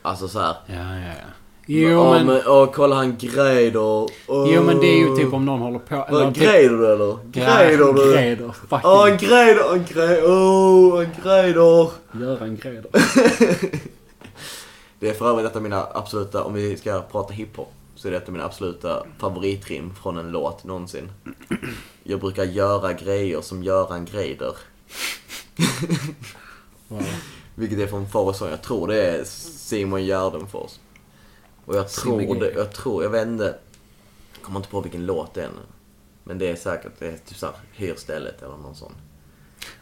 Alltså så här. Ja, ja, ja. Jo, ja, men, men, åh, kolla han gräder. Åh. jo, men det är ju typ om någon håller på... Vad, eller typ- Gräder du eller? Gräder du? Gräder. Fucking. Åh, han gräder, han gräder, åh, han gräder. Göran Gräder. Det är för övrigt ett av mina absoluta, om vi ska prata hiphop, så är det ett av mina absoluta favoritrim från en låt någonsin. Jag brukar göra grejer som Göran Greider. Wow. Vilket är från Far och Son. Jag tror det är Simon Gärdenfors. Och jag Simon tror det, Gärdenfors. jag tror, jag vet inte. Jag kommer inte på vilken låt det är nu. Men det är säkert, det är typ såhär, Hyr stället eller någon sån.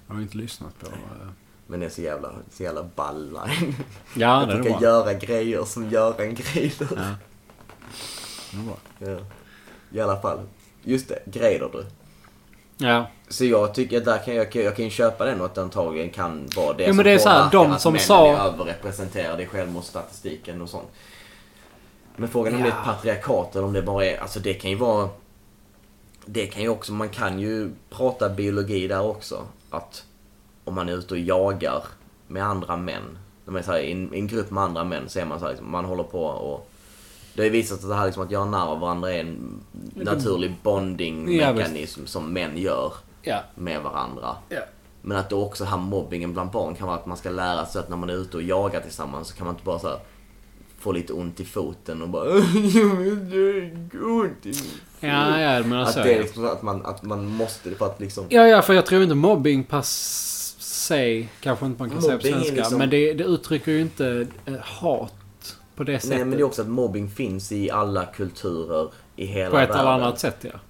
Jag har inte lyssnat på... eh, Men det är så jävla, så jävla ball line. Ja, Jag det är brukar bra. göra grejer som Göran Greider. Ja. Det är bra. Ja. I alla fall. Just det, Greider du. Ja. Så jag tycker att där kan jag, jag kan ju köpa den och att det antagligen kan vara det Jo, men det är så här, påverkar de att som männen sa- är överrepresenterade i självmordsstatistiken och sånt. Men frågan är om det är ett Ja. patriarkat eller om det bara är, alltså det kan ju vara... Det kan ju också, man kan ju prata biologi där också. Att om man är ute och jagar med andra män. När man är så här, i, en, i en grupp med andra män så är man så här, liksom, man håller på och... Det har ju visat sig att det här liksom att göra narr av varandra är en naturlig Ja, bonding-mekanism som män gör Ja. med varandra. Ja. Men att då också här mobbingen bland barn kan vara att man ska lära sig att när man är ute och jagar tillsammans så kan man inte bara så här få lite ont i foten och bara "Jag vill göra ont i min fot." Ja, ja, men Att alltså... det är liksom så att man, att man måste för att liksom... Ja, ja, för jag tror inte mobbing per se, kanske inte man kan säga på Mobbing är svenska, liksom- men det, det uttrycker ju inte eh, hat på det sättet. Nej men det är också att mobbing finns i alla kulturer i hela på ett världen. eller annat sätt, ja.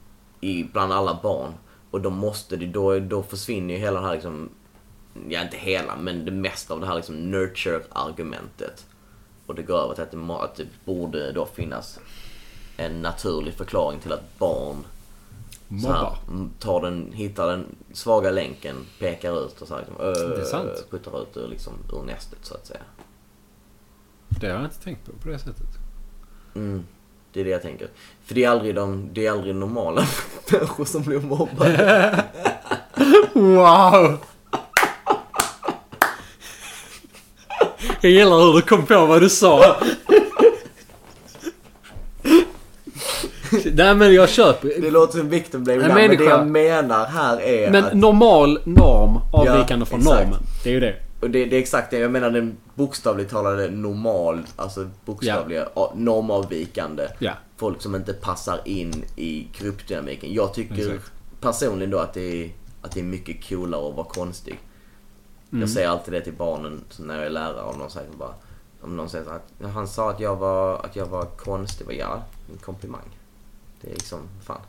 i, bland alla barn. Och då måste det, då, då försvinner ju hela det här liksom, ja inte hela, men det mesta av det här liksom nurture-argumentet. Och det går över till att det, må- att det borde då finnas en naturlig förklaring till att barn så här, Mobbar. m- tar den, hittar den svaga länken, pekar ut och så här, liksom, ö, Det är sant. puttar ut ur, liksom, ur nästet så att säga. Det har jag inte tänkt på, på det sättet. Mm. Det är det jag tänker. För det är aldrig, de, det är aldrig normala människor som blir mobbade. Wow! Jag gillar hur du kom på vad du sa. Nej men jag köper. Det låter som victim blame En där, men det människa- jag menar här är Men att... normal norm avvikande Ja, från exakt. normen. Det är ju det. Och det, det är exakt det, jag menar den bokstavligt talade normal, alltså bokstavliga, ja. normavvikande. Ja. Folk som inte passar in i gruppdynamiken. Jag tycker Exakt. personligen då att det, är, att det är mycket coolare att vara konstig. Mm. Jag säger alltid det till barnen när jag är lärare och någon säger bara... Om någon säger så att han sa att jag var, att jag var konstig, bara, ja, en komplimang. Det är liksom, fan.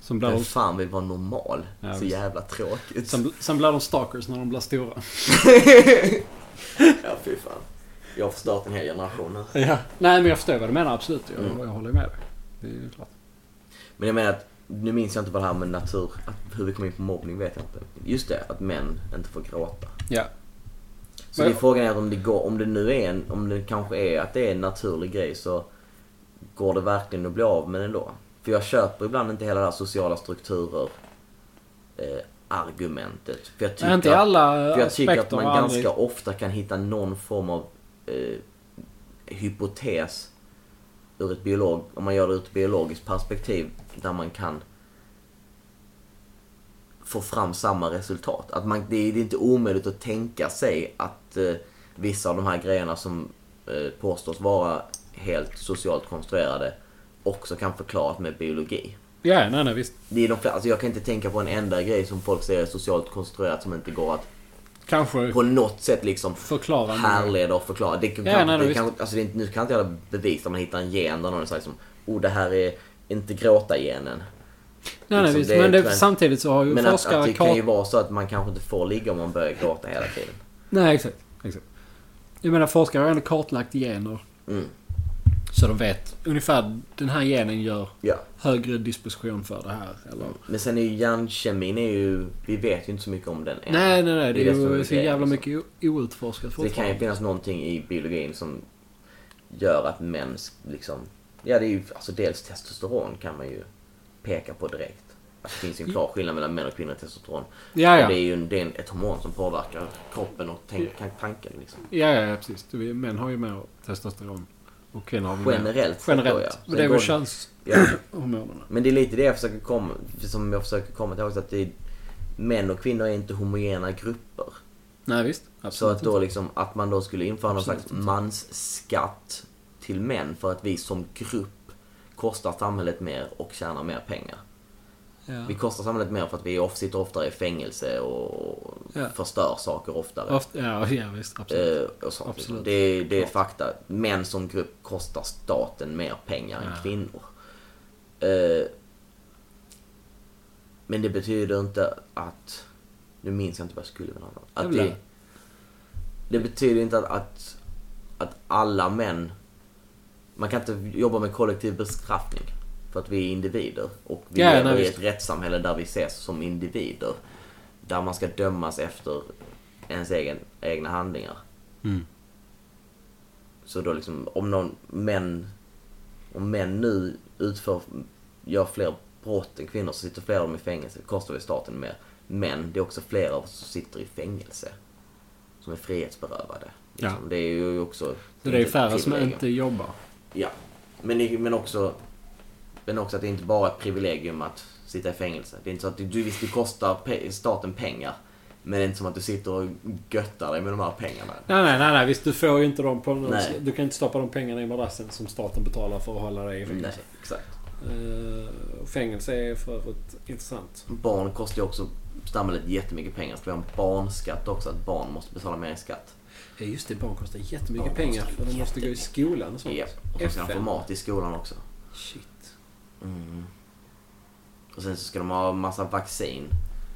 Som blir, Vem fan vill vara normal? Ja, så visst. jävla tråkigt. sen, sen blir de stalkers när de blir stora. Ja, fy fan. Jag har förstört en hel generation här. Ja. Nej men jag förstår vad du menar absolut. Jag, jag håller med dig. Det är ju klart. Men jag menar att, nu minns jag inte vad det här med natur, att hur vi kom in på mobbning vet jag inte. Just det, att män inte får gråta. Ja. Så Men- det är frågan är om det går, om det nu är en, om det kanske är att det är en naturlig grej så går det verkligen att bli av med den då? För jag köper ibland inte hela det här sociala strukturer eh, argumentet. För jag tycker, Inte i alla för jag tycker att aspekter man och aldrig- ganska ofta kan hitta någon form av eh, hypotes ur ett biolog, om man gör det ur ett biologiskt perspektiv där man kan få fram samma resultat. Att man, det, är, det är inte omöjligt att tänka sig att eh, vissa av de här grejerna som eh, påstås vara helt socialt konstruerade också kan förklaras med biologi. Ja, nej nej visst. Det är de, fl- alltså jag kan inte tänka på en enda grej som folk säger är socialt konstruerat som inte går att Kanske på något sätt liksom förklara. härleda och förklara. Det kan, Ja, nej, det visst. kan, alltså det är, inte- nu kan inte jag bevisa om man hittar en gen där någon säger som oh det här är inte gråta-genen. Nej, nej, Liksom, visst. det är men det, tyvärr- samtidigt så har ju Men att, forskare... att det kart- kan ju vara så att man kanske inte får ligga om man börjar gråta hela tiden. Nej, exakt. exakt. Jag menar forskare har ändå kartlagt gener. Mm. Så de vet ungefär den här genen gör Ja. högre disposition för det här. Eller? Men sen är ju hjärnkemin är ju... Vi vet ju inte så mycket om den än. Nej, nej, nej. Det som är ju så grejen, jävla liksom. mycket o- outforskat Så det kan ju fortfarande. finnas någonting i biologin som gör att män liksom... Ja, det är ju... Alltså dels testosteron kan man ju peka på direkt. Att det finns ju en klar skillnad mellan män och kvinnor i testosteron. Ja, ja. Och Det är ju en, det är en- ett hormon som påverkar kroppen och tänk, Mm. tanken liksom. Ja, ja, ja, precis. Det är- Män har ju mer testosteron. Och kvinnor har väl mer- Generellt sett då, Mm. Generellt. ja. Och Sen det är går väl det- könshormonerna. Ja. Men det är lite det jag försöker komma, som jag försöker komma till också. Att det är, män och kvinnor är inte homogena grupper. Nej, visst. Så Absolut. att, då liksom, att man då skulle införa någon Absolut slags mansskatt till män för att vi som grupp kostar samhället mer och tjänar mer pengar. ja. Vi kostar samhället mer för att vi of- sitter oftare i fängelse och Ja. förstör saker oftare. Ofta, ja, ja, visst. Absolut. Eh, och sånt, Absolut. Liksom. Det, är- det är fakta. Män som grupp kostar staten mer pengar Ja. än kvinnor. Eh, men det betyder inte att... Nu minns jag inte vad jag skulle med det här. att Jävlar. det, det betyder inte att, att, att alla män... Man kan inte jobba med kollektiv bestraffning. För att vi är individer. Och vi Ja, lever nej, i visst. ett rättssamhälle där vi ses som individer. Där man ska dömas efter ens egen, egna handlingar. Mm. Så då liksom, om någon män, om män nu utför, gör fler brott än kvinnor så sitter fler av dem i fängelse, det kostar vi staten mer. Men det är också fler av oss som sitter i fängelse. Som är frihetsberövade. Liksom. Ja. Det är ju också... Så det är färre som privilegium. inte jobbar. Ja. Men, det- men också... Men också att det inte bara är ett privilegium att sitta i fängelse. Det är inte så att du, du visst, det kostar pe- staten pengar. Men det är inte som att du sitter och göttar dig med de här pengarna. Nej, nej, nej, nej. Visst, du får ju inte dem på... Nej. Du kan inte stoppa de pengarna i madrassen som staten betalar för att hålla dig i Nej, fängelse. exakt. Eh, fängelse är för övrigt intressant. Barn kostar ju också samhället jättemycket pengar. Så vi har en barnskatt också, att barn måste betala mer i skatt. Ja, just det. Barn kostar jättemycket Barn pengar kostar för de måste gå i skolan och sånt. Japp. Och så ska de få FN. mat i skolan också. Mm. Shit. Och sen så ska de ha en massa vaccin.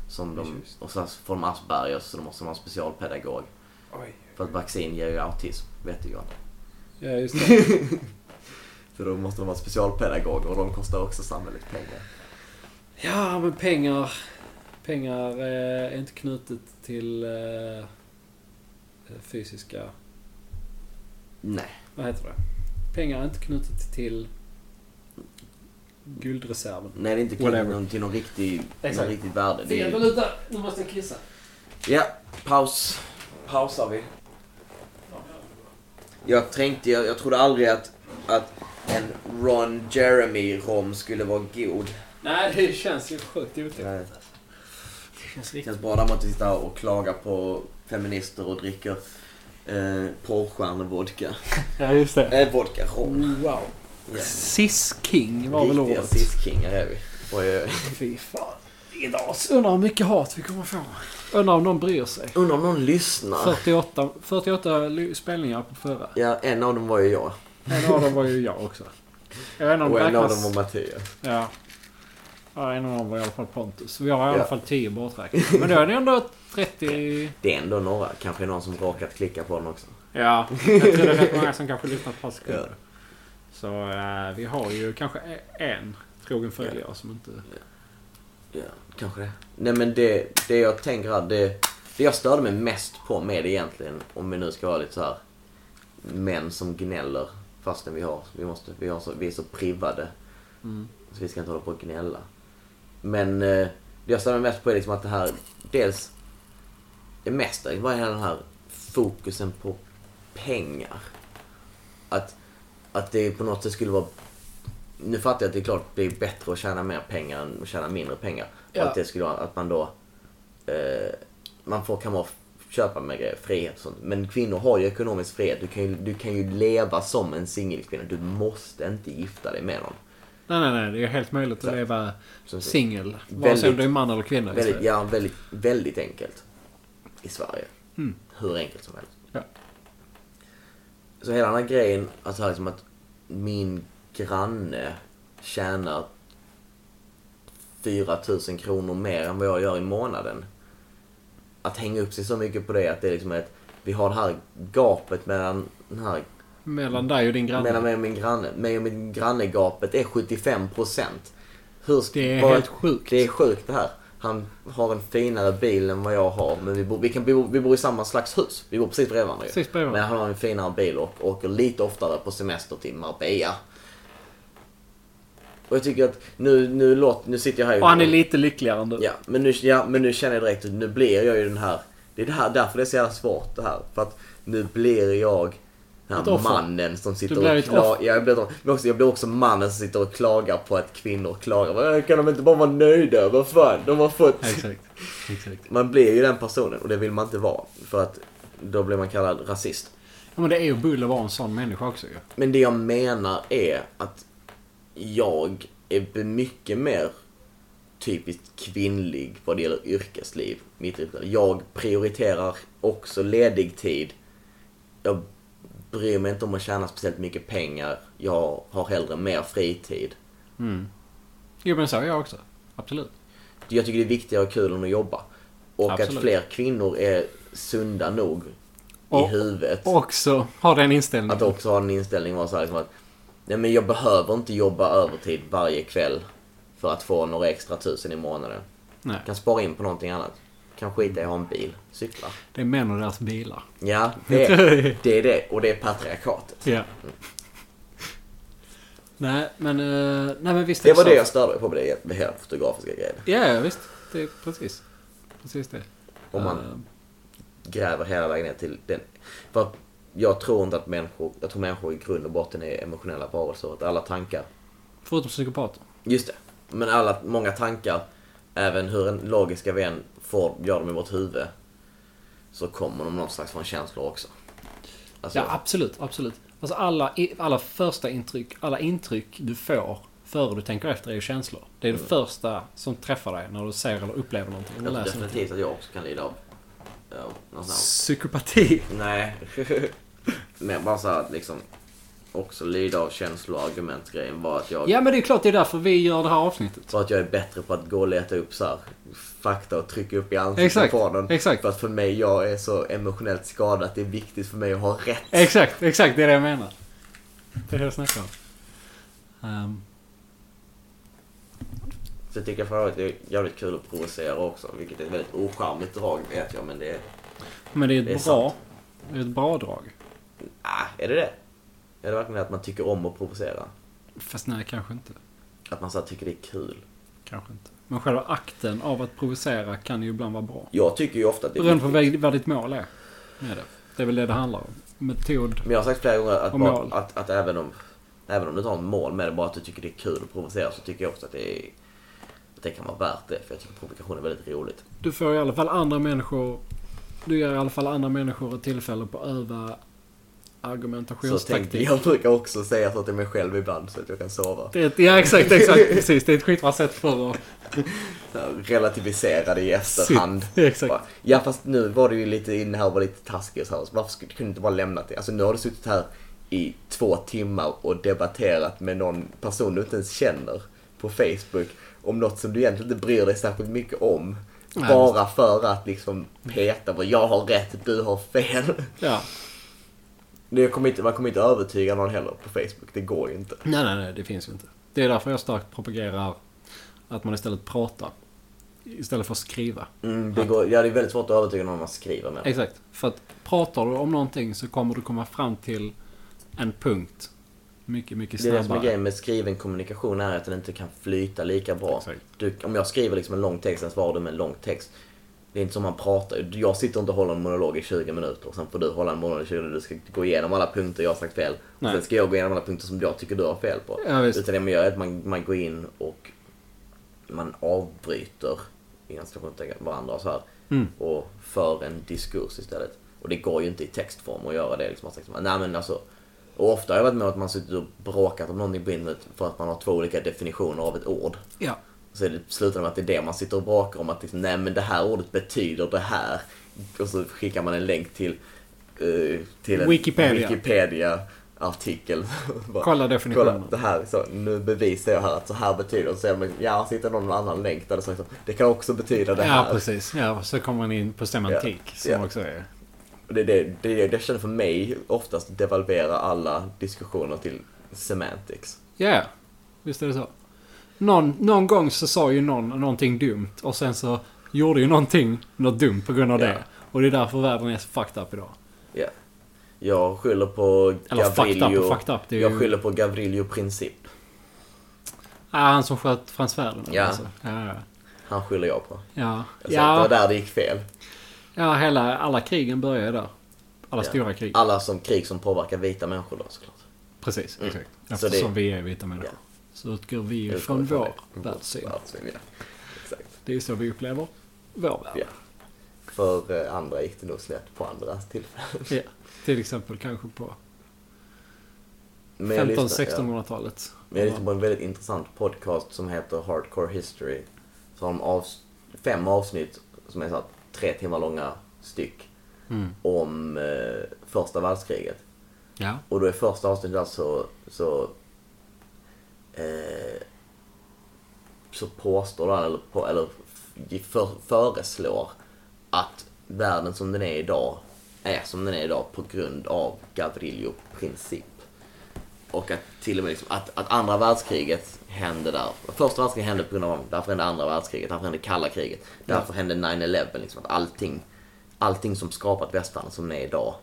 Som de, Just. och sen så får de Asperger så de måste ha en specialpedagog. Oj. För att vaccin ger ju autism, vet du John. Ja, just det. Så då måste de ha specialpedagoger och de kostar också samhället pengar. Ja, men pengar... Pengar eh, är inte knutet till eh, fysiska... Nej. Vad heter det? Pengar är inte knutet till guldreserven. Nej, det är inte Whatever. kul någon, till någon riktig, någon Exakt. riktigt värde. Det Fick är, ju- valuta! Nu måste jag kissa. ja, paus. Pausar vi. Jag tänkte, jag, jag trodde aldrig att, att en Ron Jeremy-rom skulle vara god. Nej, det känns ju sjukt otäckt. Nej. Det känns Det riktigt... känns bra däremot att sitta och klaga på feminister och dricka eh, porrstjärnevodka. Ja, just det. Eh, vodka, rom. Wow. Ja. Sis King var väl Riktiga året. siskingar är vi. Oj, oj. Fy fan. Idag undrar hur mycket hat vi kommer få. Undrar om någon bryr sig. Undrar om någon lyssnar. 48, 48 li- spelningar på förra. Ja, en av dem var ju jag. En av dem var ju jag också. Jag vet inte om Och det en av räknas. dem var Mattias. Ja. ja. En av dem var i alla fall Pontus. Vi har i alla Ja. fall 10 borträknade. Men då är det ändå 30... Det är ändå några. Kanske någon som råkat klicka på den också. Ja, jag tror det är rätt många som kanske lyssnar på sekunder. Så eh, vi har ju kanske e- en trogen följare som inte... Ja, kanske det. Nej men det, det jag tänker här, det, det jag störde mig mest på med det egentligen, om vi nu ska vara lite så här män som gnäller fastän vi har, vi måste, vi har så, vi är så privade. Så vi ska inte hålla på och gnälla. Men eh, det jag störde mig mest på är liksom att det här, dels det mesta, vad är den här fokusen på pengar? Att, att det på något sätt skulle vara nu fattar jag att det är klart det är bättre att tjäna mer pengar än att tjäna mindre pengar. Ja. Och att det skulle vara att man då... Eh, man får, kan man köpa med grejer, frihet och sånt. Men kvinnor har ju ekonomisk frihet. Du kan ju, du kan ju leva som en singelkvinna. Du måste inte gifta dig med någon. Nej, nej, nej. Det är helt möjligt att Exakt. leva Som sagt. singel. Vare sig om Väldigt- du är man eller kvinna. liksom. i Väldigt, Sverige. ja, väldigt, väldigt enkelt. I Sverige. Hur enkelt som helst. Mm. Ja. Så hela den här grejen, alltså här liksom att min granne tjänar 4000 kronor mer än vad jag gör i månaden. Att hänga upp sig så mycket på det, att det liksom är ett Vi har det här gapet mellan den här Mellan dig och din granne. Mellan mig och min granne. Mig och min granne-gapet är 75 procent. Det är helt sjukt. Det är sjukt det här. Han har en finare bil än vad jag har. Men vi bor, vi kan, vi bor, vi bor i samma slags hus. Vi bor precis bredvid varandra ju. Precis bredvid Men varandra. han har en finare bil och åker lite oftare på semester till Marbella. Och jag tycker att nu, nu, låt, nu sitter jag här Och han är lite lyckligare än du. Ja men, nu, ja, men nu känner jag direkt att nu blir jag ju den här... Det är det här, därför det är så jävla svårt det här. För att nu blir jag den Ett här offer. mannen som sitter Du blir och ett klagar. offer. Ja, jag, blir, ett offer. men också, jag blir också mannen som sitter och klagar på att kvinnor klagar. "Men "Äh, Kan de inte bara vara nöjda? Vad fan, de har fått... Exakt. Exakt. Man blir ju den personen och det vill man inte vara. För att då blir man kallad rasist. Ja, men det är ju bull att vara en sån människa också ju. Men det jag menar är att jag är mycket mer typiskt kvinnlig vad det gäller yrkesliv. Mitt yrke. Jag prioriterar också ledig tid. Jag bryr mig inte om att tjäna speciellt mycket pengar. Jag har hellre mer fritid. Jo, men så är jag också. Absolut. Jag tycker det är viktigare och kul än att jobba. Och Absolut. att fler kvinnor är sunda nog Och- i huvudet. Också har den inställningen. Att också ha en inställning var så här liksom att Nej men jag behöver inte jobba övertid varje kväll för att få några extra tusen i månaden. Nej. Jag kan spara in på någonting annat. Kan skita i att ha en bil, cykla. Det är män och deras bilar. Ja, det är det. Är det och det är patriarkatet. Ja. Nej, men, eh, nej, men visst är Det var så. det jag störde mig på med det- det här fotografiska grejen. Ja, ja, visst. Det är precis. Precis det. Om man- Eh, Gräver hela vägen ner till den. För att jag tror inte att människor, jag tror människor i grund och botten är emotionella varelser. Att alla tankar förutom psykopater. Just det. Men alla, många tankar, även hur en logiska vän får, gör dem i vårt huvud, så kommer de någonstans från känslor också. Alltså, Ja, absolut. Absolut. Alltså alla, i- alla första intryck, alla intryck du får före du tänker efter är ju känslor. Det är Mm. det första som träffar dig när du ser eller upplever någonting. Eller jag tror läser någonting. definitivt att jag också kan lida av ja, någon sån här- Psykopati. Nej. Men bara så här, att liksom, också lida av känslor och argumentgrejen var att jag, Ja, men det är klart det är därför vi gör det här avsnittet. för att jag är bättre på att gå och leta upp så här, fakta och trycka upp i ansiktet Exakt, på den. exakt. För att för mig, jag är så emotionellt skadad att det är viktigt för mig att ha rätt. Exakt, exakt. Det är det jag menar. Det är det jag snackar om. Ehm, Så tycker jag för övrigt det är jävligt kul att provocera också, vilket är ett väldigt ocharmigt drag vet jag, men det är... men det är ett Det är bra... Det är ett bra drag. Ah, är det det? Är det verkligen det att man tycker om att provocera? Fast nej, kanske inte. Att man så här, tycker det är kul? Kanske inte. Men själva akten av att provocera kan ju ibland vara bra. Jag tycker ju ofta att det är Beroende på viktigt. vad vad ditt mål är. Med det. det är väl det det handlar om. Metod. Men jag har sagt flera gånger att, Och bara, mål. att, att, även om... Även om du inte har ett mål med det, bara att du tycker det är kul att provocera, så tycker jag också att det är... Att det kan vara värt det, för jag tycker provokation är väldigt roligt. Du får i alla fall andra människor... Du ger i alla fall andra människor ett tillfälle på att öva Så tänkte argumentationstaktik. jag brukar också säga så till mig själv ibland, så att jag kan sova. Det är ett, ja, exakt, exakt. Precis. Det är ett skitbra sätt för att... Så här, Relativisera det i efterhand. Exakt. Bara, Ja fast nu var du ju lite inne här och var lite taskig och så här. Så varför skulle, kunde du inte bara lämnat det? Alltså nu har du suttit här i två timmar och debatterat med någon person du inte ens känner på Facebook om något som du egentligen inte bryr dig särskilt mycket om. Nej, bara för att liksom peta på jag har rätt, du har fel. Ja. Nu kommer inte, man kommer inte övertyga någon heller på Facebook, det går ju inte. Nej, nej, nej, det finns ju inte. Det är därför jag starkt propagerar att man istället pratar. Istället för att skriva. Mm, det, går, ja, det är väldigt svårt att övertyga någon man skriver med. Exakt. För att pratar du om någonting så kommer du komma fram till en punkt mycket, mycket Det är det som är snabbare. grejen med skriven kommunikation är att den inte kan flyta lika bra. Exakt. Du, om jag skriver liksom en lång text, sen svarar du med en lång text. Det är inte som man pratar. Jag sitter inte och håller en monolog i 20 minuter och sen får du hålla en monolog i 20 minuter. Du ska gå igenom alla punkter jag har sagt fel. Och Nej. sen ska jag gå igenom alla punkter som jag tycker du har fel på. Ja, visst. Utan det man gör är att man, man går in och man avbryter innan situationen varandra och så här. Mm. Och för en diskurs istället. Och det går ju inte i textform att göra det. Liksom, att säga, nej, men alltså, och ofta har jag varit med att man suttit och bråkat om någonting på internet för att man har två olika definitioner av ett ord. Ja. Så är det slutar med att det är det man sitter och bråkar om. Att liksom, nej men det här ordet betyder det här. Och så skickar man en länk till, eh, till en Wikipedia. Wikipedia-artikel. Bara, Kolla definitionen. Kolla, det här, så, nu bevisar jag här att så här betyder det. Så är det, ja, sitter någon annan länk där det står liksom, det kan också betyda det ja, här. precis. Ja, så kommer man in på semantik Ja. som Ja. också är Det, det, det, det känner för mig oftast devalvera alla diskussioner till semantics. Ja, ja. visst är det så. Någon, någon gång så sa ju någon någonting dumt och sen så gjorde ju någonting något dumt på grund av Ja. det. Och det är därför världen är så fucked up idag. Ja. Jag skyller på Eller fucked up Gavrilio... och fucked up. Det är Jag ju... skyller på Gavrilio Princip. Ah, han som sköt transfären. Ja. Alltså. Ja. ja. Han skyller jag på. Ja. Jag säger att Ja. det var där det gick fel. ja, hela... Alla krigen börjar ju där. Alla Ja. stora krig. Alla som krig som påverkar vita människor då såklart. Precis, exakt. Mm. Så det- Eftersom vi är vita människor. Så utgår vi ju Utgår från ifrån vår det. världssyn. Världssyn, ja. Exakt. Det är ju så vi upplever vår värld. Ja. För eh, andra gick det nog snett på andra tillfällen. Ja. Till exempel kanske på Men jag lyssnar- ja. 1500-1600-talet. Men jag lyssnade på en väldigt intressant podcast som heter Hardcore History. Så har de avs- fem avsnitt som är så här tre timmar långa styck Mm. om eh, första världskriget. Ja. Och då är första avsnittet alltså så... Eh, så påstår han, eller, på, eller f- för, föreslår att världen som den är idag är som den är idag på grund av Gavrilo princip. Och att till och med liksom, att, att andra världskriget hände där. Första världskriget hände på grund av honom. Därför hände andra världskriget. Därför hände kalla kriget. Därför hände 9-11. Liksom, att allting, allting som skapat västvärlden som den är idag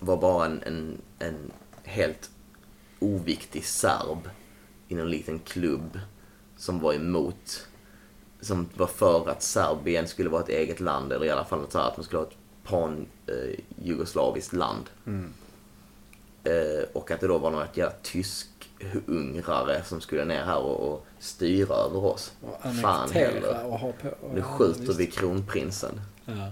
var bara en, en, en helt oviktig serb i någon liten klubb som var emot, som var för att Serbien skulle vara ett eget land eller i alla fall så här att man skulle ha ett pan-jugoslaviskt land. Eh, och att det då var några jävla tysk-ungrare som skulle ner här och, och styra över oss. Fan heller. och ha på. Nu skjuter vi kronprinsen. Ja.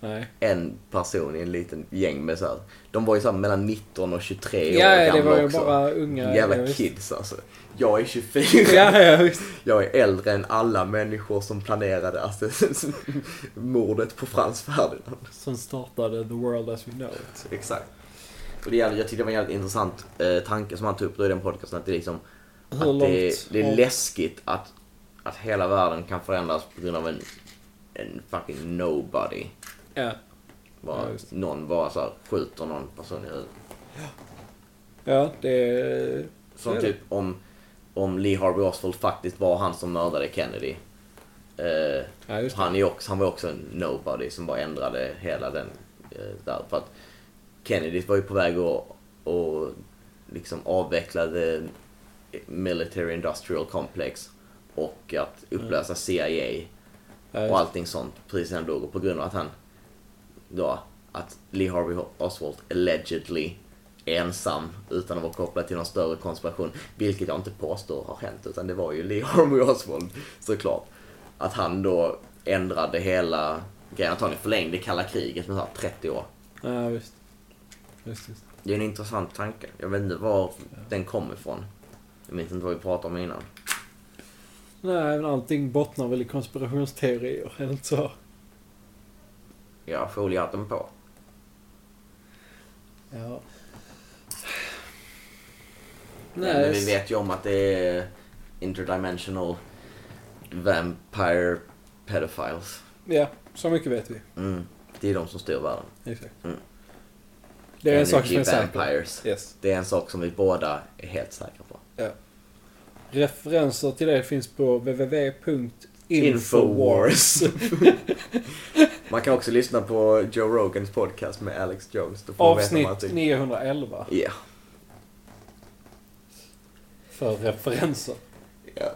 Nej. en person i en liten gäng med så här. De var ju så här mellan 19 och 23 år Ja, ja, det gamla var ju också. bara unga. Jävla ja, visst. kids alltså. Jag är 24. Ja, ja, visst. Jag är äldre än alla människor som planerade alltså, mordet på Frans Ferdinand. Som startade The World As We Know It. Exakt. Och det, är jävligt- jag tyckte det var en jävligt intressant eh, tanke som han tog upp då i den podcasten. Att det, är liksom, Hur att det, långt det är har- läskigt att, att hela världen kan förändras på grund av en, en fucking nobody. Ja. Bara, Ja, just någon bara så här, skjuter någon person i huvudet. Ja, det är... Som typ om, om Lee Harvey Oswald faktiskt var han som mördade Kennedy. Eh, Ja, just det. han, är också, han var också en nobody som bara ändrade hela den eh, där. För att Kennedy var ju på väg att och liksom avveckla the military industrial complex och att upplösa CIA Mm. Ja, just och allting sånt precis innan han dog. Och på grund av att han då, att Lee Harvey Oswald allegedly är ensam utan att vara kopplad till någon större konspiration. Vilket jag inte påstår har hänt utan det var ju Lee Harvey Oswald såklart. Att han då ändrade hela grejen. Att han förlängde kalla kriget med så här 30 år. Ja, visst. Just, just. Det är en intressant tanke. Jag vet inte var den kom ifrån. Jag minns inte vad vi pratade om innan. Nej, men allting bottnar väl i konspirationsteorier, eller inte så? Jag har foliehatten på. Ja. Nej, men vi vet ju om att det är interdimensional vampire pedophiles. Ja, så mycket vet vi. Mm. Det är de som styr världen. Exakt. Mm. Det är en Energy sak som är säker. vampires. Yes. Det är en sak som vi båda är helt säkra på. Referenser till det finns på www.infowars. Infowars. Man kan också lyssna på Joe Rogans podcast med Alex Jones. Då får man veta om Avsnitt allting. 911 Ja. för referenser. Ja.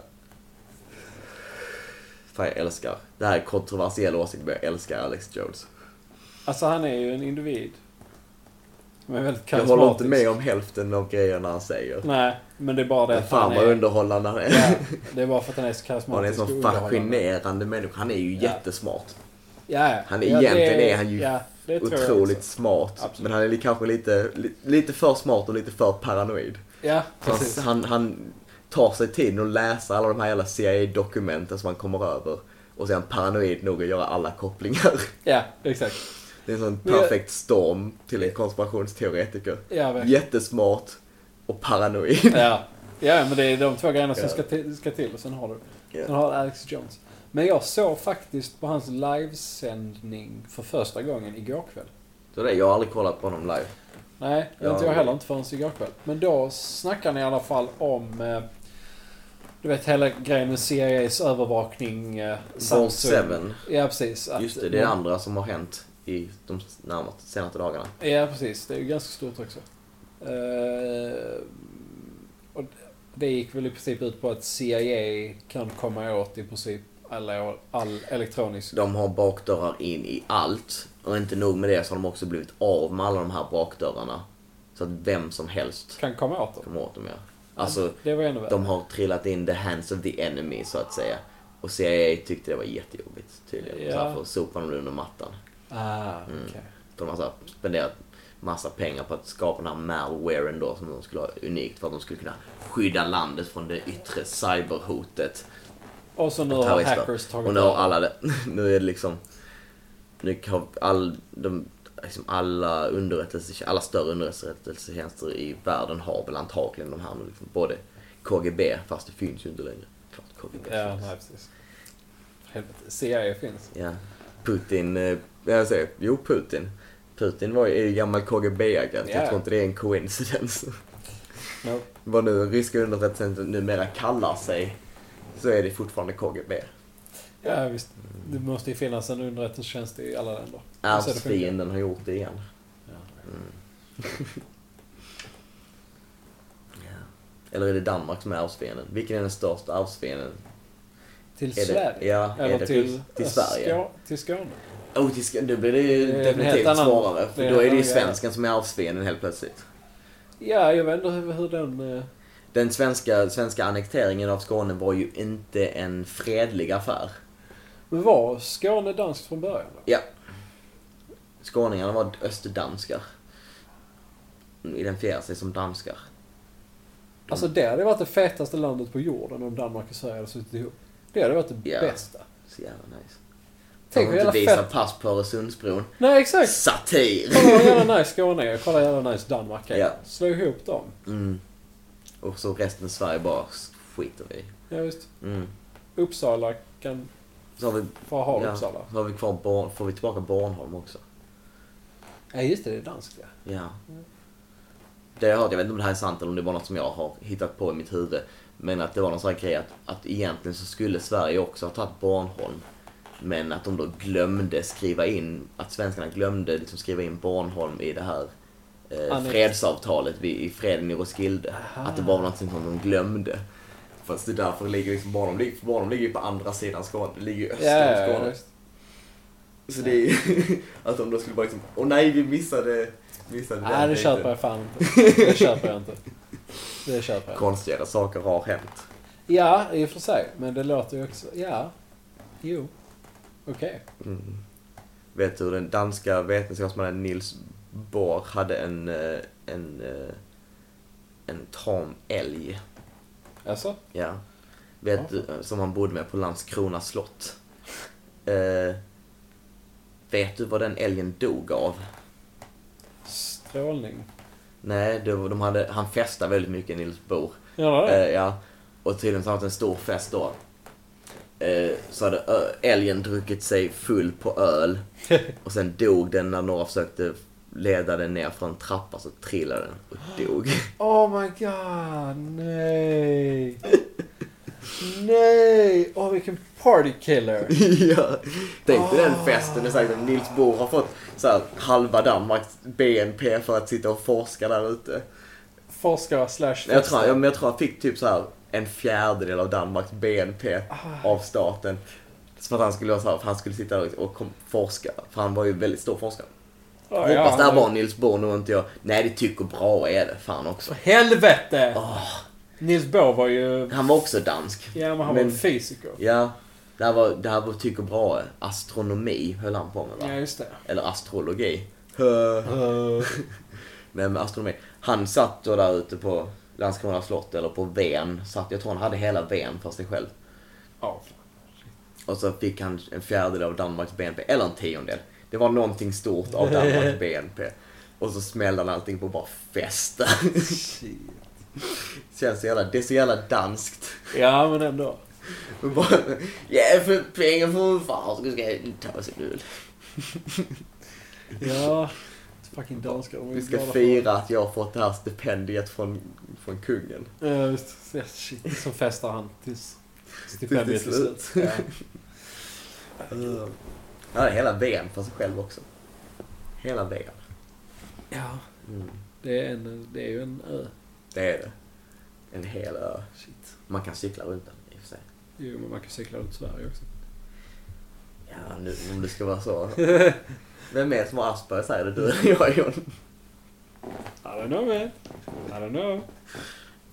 Fan, jag älskar. Det här är kontroversiell åsikt, men jag älskar Alex Jones. Alltså han är ju en individ. Som är väldigt Jag karismatisk. håller inte med om hälften av grejerna han säger. Nej, men det är bara det Men att fan han vad är... underhållande han är. Ja, det är bara för att han är så karismatisk Han är en och sån underhållande. fascinerande människa. Han är ju Ja. jättesmart. Ja, ja. Han är- ja, det egentligen är han ju ja, det tror jag Otroligt också. smart. Absolut. Men han är li- kanske lite, li, lite för smart och lite för paranoid. Ja, Han, precis. han, han tar sig tid att läsa alla de här jävla CIA-dokumenten som han kommer över. Och sen paranoid nog att göra alla kopplingar. Ja, exakt. Det är en sån Men jag- perfekt storm till en konspirationsteoretiker. Ja, verkligen. Jättesmart och paranoid. Ja. ja, men det är de två grejerna som Ja. ska, till, ska till och sen har du. Ja. Sen har du Alex Jones. Men jag såg faktiskt på hans livesändning för första gången igår kväll. Så det, jag har aldrig kollat på honom live. Nej, Ja. inte jag heller. Inte förrän igår kväll. Men då snackar ni i alla fall om... eh, Du vet hela grejen med CIAs övervakning. eh, Born Samsung. 7. Ja, precis. Att- Just det, det är det andra som har hänt i de närmaste, senaste dagarna. Ja, precis. Det är ju ganska stort också. Eh, och det gick väl i princip ut på att CIA kan komma åt i princip alla, all elektronisk... De har bakdörrar in i allt. Och inte nog med det så har de också blivit av med alla de här bakdörrarna. Så att vem som helst Kan komma åt dem. kommer åt dem. Ja. Alltså, Det var ännu värre. de har trillat in the hands of the enemy så att säga. Och CIA tyckte det var jättejobbigt tydligen. Ja. Så här, för att sopa dem under mattan. Mm. Ah, okej. De har så här, spenderat massa pengar på att skapa den här malwaren då som de skulle ha unikt för att de skulle kunna skydda landet från det yttre cyberhotet. Och så nu har terrorister. hackers tagit Och nu har över. alla det. Nu är det liksom... Nu har all, de, liksom alla, underrättelse, alla större underrättelsetjänster i världen har väl antagligen de här nu. Liksom, både KGB, fast det finns ju inte längre. Klart KGB Ja, finns. nej, precis. Helvete, CIA finns. Ja. Putin, eh, jag säger, jo Putin. Putin var ju är ju gammal KGB-agent. Ja. Jag tror inte det är en coincidence. No. Vad nu ryska underrättelsetjänsten numera kallar sig så är det fortfarande KGB. Ja, visst. Det måste ju finnas en underrättelsetjänst i alla länder. Så det funkar. Ärvsfienden har gjort det igen. Eller är det Danmark som är arvsfienden? Vilken är den största arvsfienden? Till Är Sverige? det, ja, är Eller det till, till, eh, till Sverige? Skå- till Skåne? Oh, till Skå- då blir det ju Det är en helt definitivt annan- svårare. det är För en då är det ju annan grej. svensken som är arvsfienden helt plötsligt. Ja, jag vet inte hur, hur den... eh, Den svenska, svenska annekteringen av Skåne var ju inte en fredlig affär. Men var Skåne danskt från början? Då? Ja. Skåningarna var österdanskar. Identifierar sig som danskar. Alltså det hade varit det fetaste landet på jorden om Danmark och Sverige hade suttit ihop. Det hade varit det Ja. bästa. Så jävla nice. Tänk Tänk hur att jävla inte visa fett... pass på Öresundsbron. Nej, exakt! Satir! Kolla vad jävla nice Skåne är. Kolla hur jävla nice Danmark är. Ja. Slå ihop dem. Mm. Och så resten av Sverige bara skiter vi i. Ja, visst. mm. Uppsala kan så, har vi, få ha ja, så Uppsala. har vi kvar Born, får vi tillbaka Bornholm också. Ja, just det. Det är danskt, ja. Ja. Mm. Det har jag hört, jag vet inte om det här är sant eller om det var något som jag har hittat på i mitt huvud. Men att det var någon sån här grej att, att egentligen så skulle Sverige också ha tagit Bornholm. Men att de då glömde skriva in, att svenskarna glömde liksom skriva in Bornholm i det här eh, Annex. fredsavtalet vid, i freden i Roskilde. Att det bara var någonting som de glömde. Fast det är därför det ligger liksom, Bornholm ligger, Bornholm ligger ju på andra sidan Skåne, det ligger ju öster om Ja, Skåne. ja, visst. Så det är ju, att de då skulle bara liksom, åh nej vi missade, missade Nej, det biten." köper jag fan inte. Det köper jag inte. Det köper jag. Konstigare saker har hänt. Ja, i och för sig. Men det låter ju också... Ja. Jo. Okej. Vet du, den danska vetenskapsmannen Niels Bohr hade en, eh, en, eh, en tam älg. Alltså? Ja. Vet du, eh, som han bodde med på Landskrona slott. Eh, vet du vad den älgen dog av? Strålning. Nej, det var, de hade, han festade väldigt mycket, Niels Bohr. Gör det? Eh, ja. Och tydligen så har han haft en stor fest då. Eh, så hade ö- älgen druckit sig full på öl. Och sen dog den när några försökte leda den ner från en trappa så trillade den och dog. Oh my god, nej. nej, åh vilken party killer. ja. Tänk dig den festen. Det är säkert att Nils Bohr har fått så här, halva Danmarks BNP för att sitta och forska där ute. Forskare slash Men Jag tror, jag, men jag tror han fick typ så här en fjärdedel av Danmarks BNP Ah. av staten. Så att han skulle, vara så här, för han skulle sitta där och kom, forska. För han var ju väldigt stor forskare. Ja, Hoppas det här nu- var Nils Bohr och inte jag. Nej, det tycker bra är det fan också. Ah. Helvete! Nils Bohr var ju... Han var också dansk. Ja, men han var Men- en fysiker. Ja, det här var, det här var tycker bra. Astronomi höll han på med va? Ja, just det. Eller astrologi. Hö. Nej, men astronomi. Han satt då där ute på Landskrona slott eller på Ven. Satt, jag tror han hade hela Ven för sig själv. Ja. Och så fick han en fjärdedel av Danmarks BNP, eller en tiondel. Det var någonting stort av Danmarks BNP. Och så smällde han allting på och bara festa. Känns så jävla, det är så jävla danskt. ja, men ändå. Och bara, Ja, för pengar från far så ska jag ta sig nu. Ja, fucking danskar. de är Vi ska glada för- fira att jag har fått det här stipendiet från, från kungen. Ja, visst. Ja, Shit, så festar han tills Tills stipendiet det är är slut. slut. Ja. Han hade hela VM för sig själv också. Hela VM. ja, Mm. det är, en, det är ju en ö. Det är det. En hel ö. Shit. Man kan cykla runt den i och för sig. Jo, men man kan cykla runt Sverige också. Ja, nu, om det ska vara så. Vem är det som har Aspergers här? Är det du eller jag John? I don't know man. I don't know.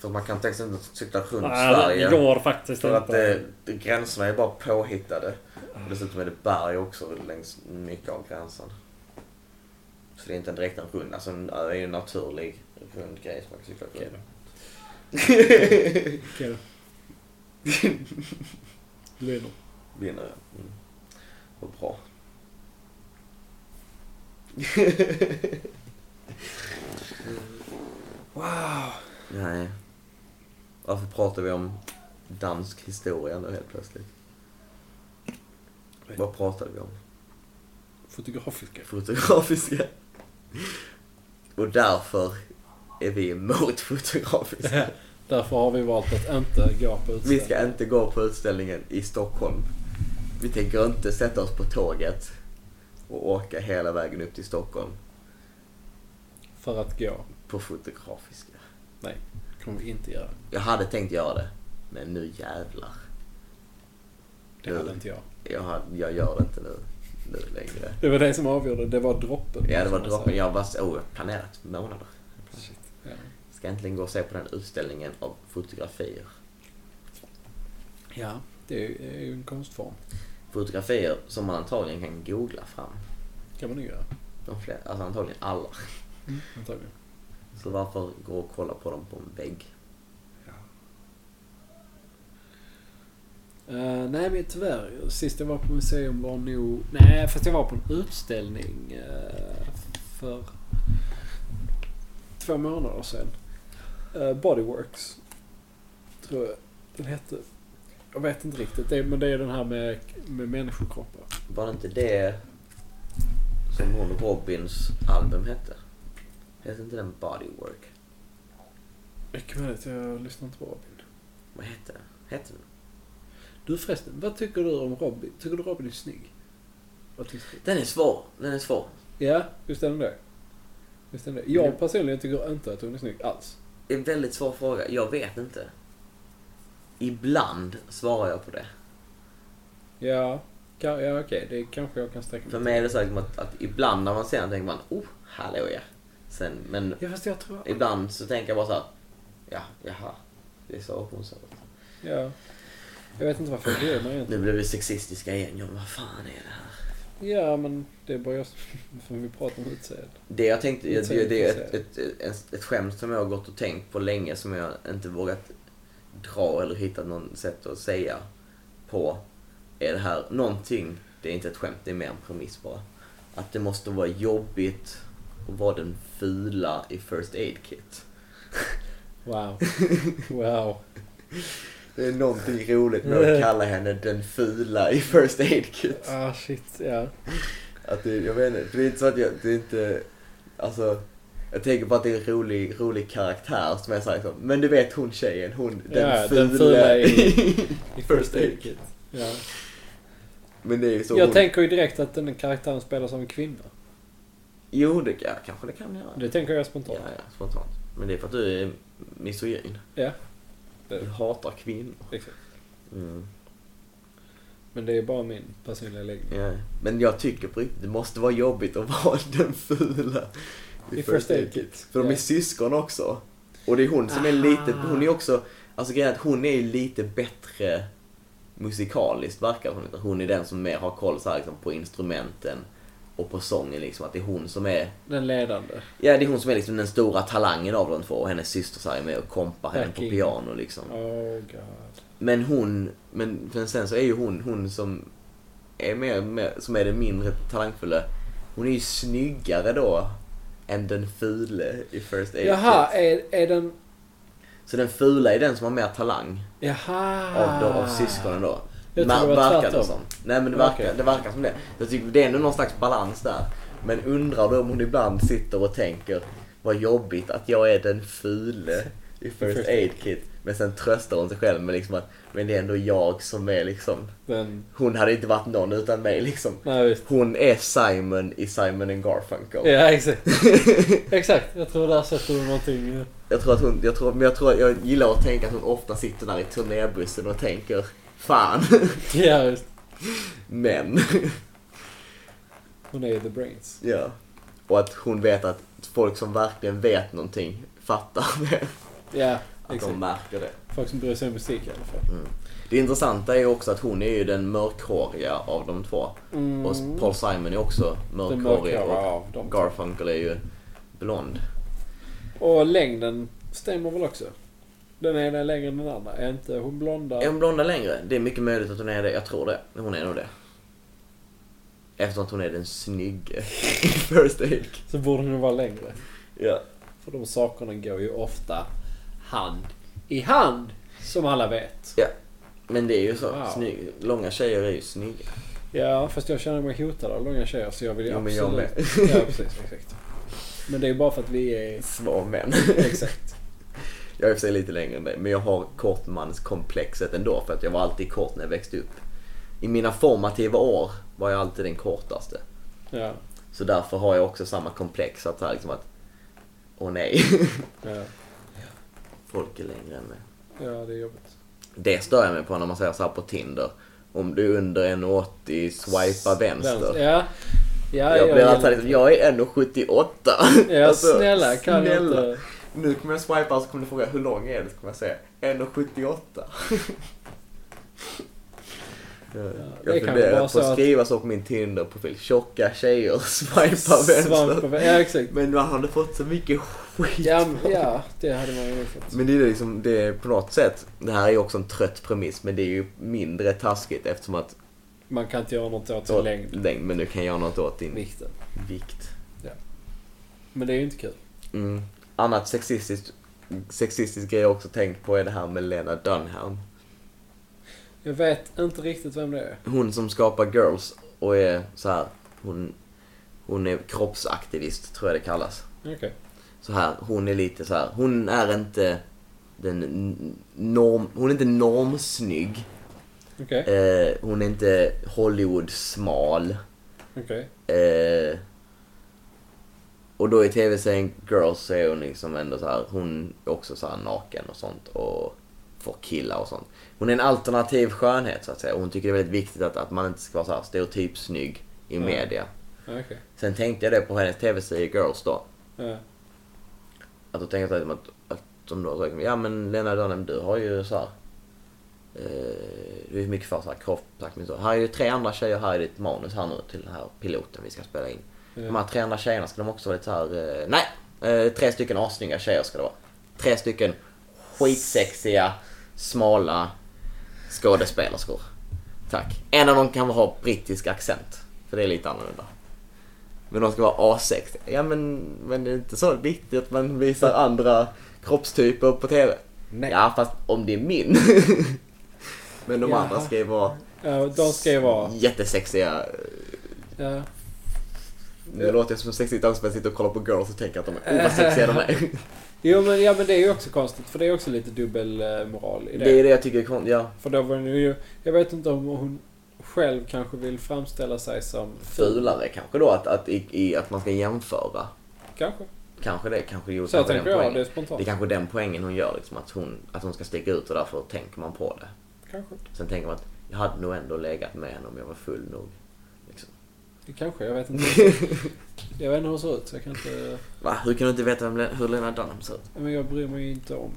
Så man kan till exempel cykla runt Nej, Sverige. det går faktiskt För att inte. eh, gränserna är bara påhittade. Och dessutom är det berg också längs mycket av gränsen. Så det är inte direkt en rund, alltså en ö är ju en naturlig rund grej som man kan cykla Okej runt. då. Okej då. Du vinner. Vinner jag. Mm. Vad bra. Wow. Nej. Varför pratar vi om dansk historia nu helt plötsligt? Vad pratade vi om? Fotografiska. Fotografiska. Och därför är vi emot fotografiska. Därför har vi valt att inte gå på Vi utställning. ska inte gå på utställningen i Stockholm. Vi tänker inte sätta oss på tåget och åka hela vägen upp till Stockholm För att gå. på fotografiska. Nej, det kommer vi inte göra. Jag hade tänkt göra det, men nu jävlar. Det Nu- hade inte jag. Jag, har- jag gör det inte nu, nu längre. Det var det som avgjorde. Det var droppen. Ja, det var som jag droppen. sa. Jag var så oh, jag har planerat månader. Shit. Ja. Ska äntligen gå och se på den utställningen av fotografier. ja, det är ju- det är ju en konstform. Fotografier som man antagligen kan googla fram. kan man ju göra. De flera, alltså antagligen alla. Mm, Antagligen. Så varför gå och kolla på dem på en vägg? Eh, nej men tyvärr, sist jag var på museum var nog... Nej fast jag var på en utställning eh, för två månader sedan. Eh, Bodyworks. Tror jag den hette. Jag vet inte riktigt. Det, är- men det är den här med, med människokroppar. Var det inte det som hon Robins album hette? Hette inte den Bodywork? Mycket möjligt, jag lyssnar inte på Robin. Vad hette den? Hette den? Du förresten, vad tycker du om Robin? Tycker du Robin är snygg? Vad tycker du? Den är svår. Den är svår. Ja, visst är den det. Visst är den det. Jag personligen tycker inte att hon är snygg alls. Det är en väldigt svår fråga. Jag vet inte. Ibland svarar jag på det. Ja, ka- ja okej. Det kanske jag kan sträcka För mig mig är det så att, att ibland när man ser den tänker man oh, hallå ja. Sen, men Ja, fast jag tror... ibland så tänker jag bara så här, ja, jaha. Det är så hon ser ut. Ja. Jag vet inte varför jag bryr mig Nu egentligen. blev vi sexistiska igen. Ja, men vad fan är det här? Ja, men det är bara jag som- för vi pratar om utseende. Det jag tänkte, Inte det, så det, det är ett, intresserad. ett, ett, ett skämt som jag har gått och tänkt på länge som jag inte vågat dra eller hitta någon sätt att säga på. Är det här någonting, det är inte ett skämt, det är mer en premiss bara. Att det måste vara jobbigt att vara den fula i First Aid Kit. Wow. Wow. Det är någonting roligt med att kalla henne den fula i First Aid Kit. Ah, shit. Ja. Att det, jag vet inte, för det är inte så att jag, det är inte, alltså. Jag tänker på att det är en rolig, rolig karaktär som är såhär liksom, men du vet hon tjejen, hon, den Ja, fula. den fula i... I First Aid Kit. Ja. men det är ju så Jag hon, tänker ju direkt att den karaktären spelas av en kvinna. Jo, det ja, kanske det kan göra. Det tänker jag ja, spontant. ja, spontant. Men det är för att du är misogyn. Ja. Du hatar kvinnor. Exakt. Mm. Men det är bara min personliga läggning. Ja. Men jag tycker på riktigt, det måste vara jobbigt att vara den fula I First Aid Kit. För de är Ja. syskon också. Och det är hon som är lite, hon är också, alltså grejen är att hon är ju lite bättre musikaliskt verkar hon inte. Hon är den som mer har koll så här, liksom, på instrumenten och på sången liksom. Att det är hon som är, Den ledande. ja det är hon som är liksom den stora talangen av de två och hennes syster så här, är med och kompar henne på Backing. piano liksom. Oh god. Men hon, men, men sen så är ju hon, hon som är mer, mer, som är den mindre talangfulla, hon är ju snyggare då än den fule i First Aid Jaha, Kids. är, är den... Så den fula är den som har mer talang Jaha! av, då, av syskonen då. Jag tror Ah. det var verkar tvärtom. det som. Nej men det Okej. verkar, det verkar som det. Jag tycker det är ändå någon slags balans där. Men undrar då om hon ibland sitter och tänker vad jobbigt att jag är den fule i First First Aid Kit. Men sen tröstar hon sig själv med liksom att men det är ändå jag som är liksom. Den, Hon hade inte varit någon utan mig liksom. nej, visst. Hon är Simon i Simon and Garfunkel. Ja, exakt. exakt. Jag tror där sätter du någonting. eh, Jag tror att hon, jag tror, men jag tror, jag gillar att tänka att hon ofta sitter där i turnébussen och tänker Fan, Ja, visst. men. Hon är ju the brains. Ja. Och att hon vet att folk som verkligen vet någonting fattar det. Ja, Att exakt. de märker det. Folk som bryr sig om musik i alla fall. Det intressanta är ju också att hon är ju den mörkhåriga av de två. Och Paul Simon är också Mm. Den mörkhårig mörkare och av dem. Garfunkel är ju blond. Och längden stämmer väl också? Den ena är längre än den andra. Är inte hon blonda? Är hon blonda längre? Det är mycket möjligt att hon är det. Jag tror det. Hon är nog det. Eftersom att hon är den snygge i First Aid. Så borde hon ju vara längre. Ja. För de sakerna går ju ofta hand i hand. Som alla vet. ja. Men det är ju så. Wow. Snygg. Långa tjejer är ju snygga. Ja, fast jag känner mig hotad av långa tjejer så jag vill ju Jo, men absolut... jag Ja, precis. Exakt. Men det är ju bara för att vi är... Små män. Exakt. Jag är i och för sig lite längre än dig, men jag har kortmanskomplexet ändå för att jag var alltid kort när jag växte upp. I mina formativa år var jag alltid den kortaste. Ja. Så därför har jag också samma komplex att, så här liksom att åh nej, Ja, folk är längre än mig. ja det är jobbigt. Det stör jag mig på när man säger så här på Tinder. Om du är under 1,80 swipa vänster. Ja. ja jag blir gillar alltid liksom, det. jag är 1,78. Ja, Alltså, snälla, kan jag inte- Nu kommer jag swipa så kommer du fråga hur lång är du? Så kommer jag säga 1,78. det jag kan funderar vara på så att att- skriva så på min Tinder-profil. Tjocka tjejer swipar Svamp vänster. och- Ja, exakt. Men man hade fått så mycket skit. Ja, men- ja, det hade man ju fått. Men det är liksom, det är på något sätt, det här är ju också en trött premiss, men det är ju mindre taskigt eftersom att... Man kan inte göra något åt sin längd. längd, men du kan göra något åt din Vikten. vikt. Men det är ju inte kul. Mm. Annat sexistiskt, sexistisk grej jag också tänkt på är det här med Lena Dunham. Jag vet inte riktigt vem det är. Hon som skapar Girls och är så här, hon, hon är kroppsaktivist tror jag det kallas. Okej. Så här, hon är lite så här, hon är inte den n- norm, hon är inte normsnygg. Okej. Eh, hon är inte Hollywood-smal. Okej. Eh, och då i tv-serien Girls så är hon liksom ändå så här, hon är också så här naken och sånt och får killar och sånt. Hon är en alternativ skönhet så att säga och hon tycker det är väldigt viktigt att, att man inte ska vara så här stereotypsnygg i Mm. media. Ja, Okej. Sen tänkte jag det på hennes tv-serie Girls då. Ja. Att då tänker jag så här, att, att de då säger ja men Lena Dunham du har ju så här. Eh, du är mycket för så här kroppsakt men så. Här är ju tre andra tjejer här i ditt manus här nu till den här piloten vi ska spela in. De här tre andra tjejerna ska de också vara lite så här. Eh, nej! Eh, tre stycken assnygga tjejer ska det vara. Tre stycken skitsexiga, smala skådespelerskor. Tack. En av dem kan ha brittisk accent. För det är lite annorlunda. Men de ska vara A6. Ja men, men det är inte så viktigt att man visar andra kroppstyper på TV. Nej. Ja fast om det är min. men de Jaha. andra ska ju vara Ja, de ska ju vara... jättesexiga. Ja. Nu låter jag som en sexig dag som jag sitter och kollar på girls och tänker att de är oh, vad sexiga de är. Jo, men, ja, men det är ju också konstigt för det är också lite dubbel eh, moral i det. Det är det jag tycker är konstigt. Ja. För då var det ju... Jag vet inte om hon själv kanske vill framställa sig som Fulare kanske då att, att, i, i, att man ska jämföra. Kanske. Kanske det, kanske gjorde Så jag kanske den tänker jag. Det är poängen. Det är spontant. kanske den poängen hon gör, liksom, att, hon, att hon ska sticka ut och därför tänker man på det. Kanske. Sen tänker man att jag hade nog ändå legat med henne om jag var full nog. Liksom. Det kanske. Jag vet inte. jag vet inte hur hon ser ut så jag kan inte... Va? Hur kan du inte veta vem, Le- hur Lena Dunham ser ut? Men jag bryr mig ju inte om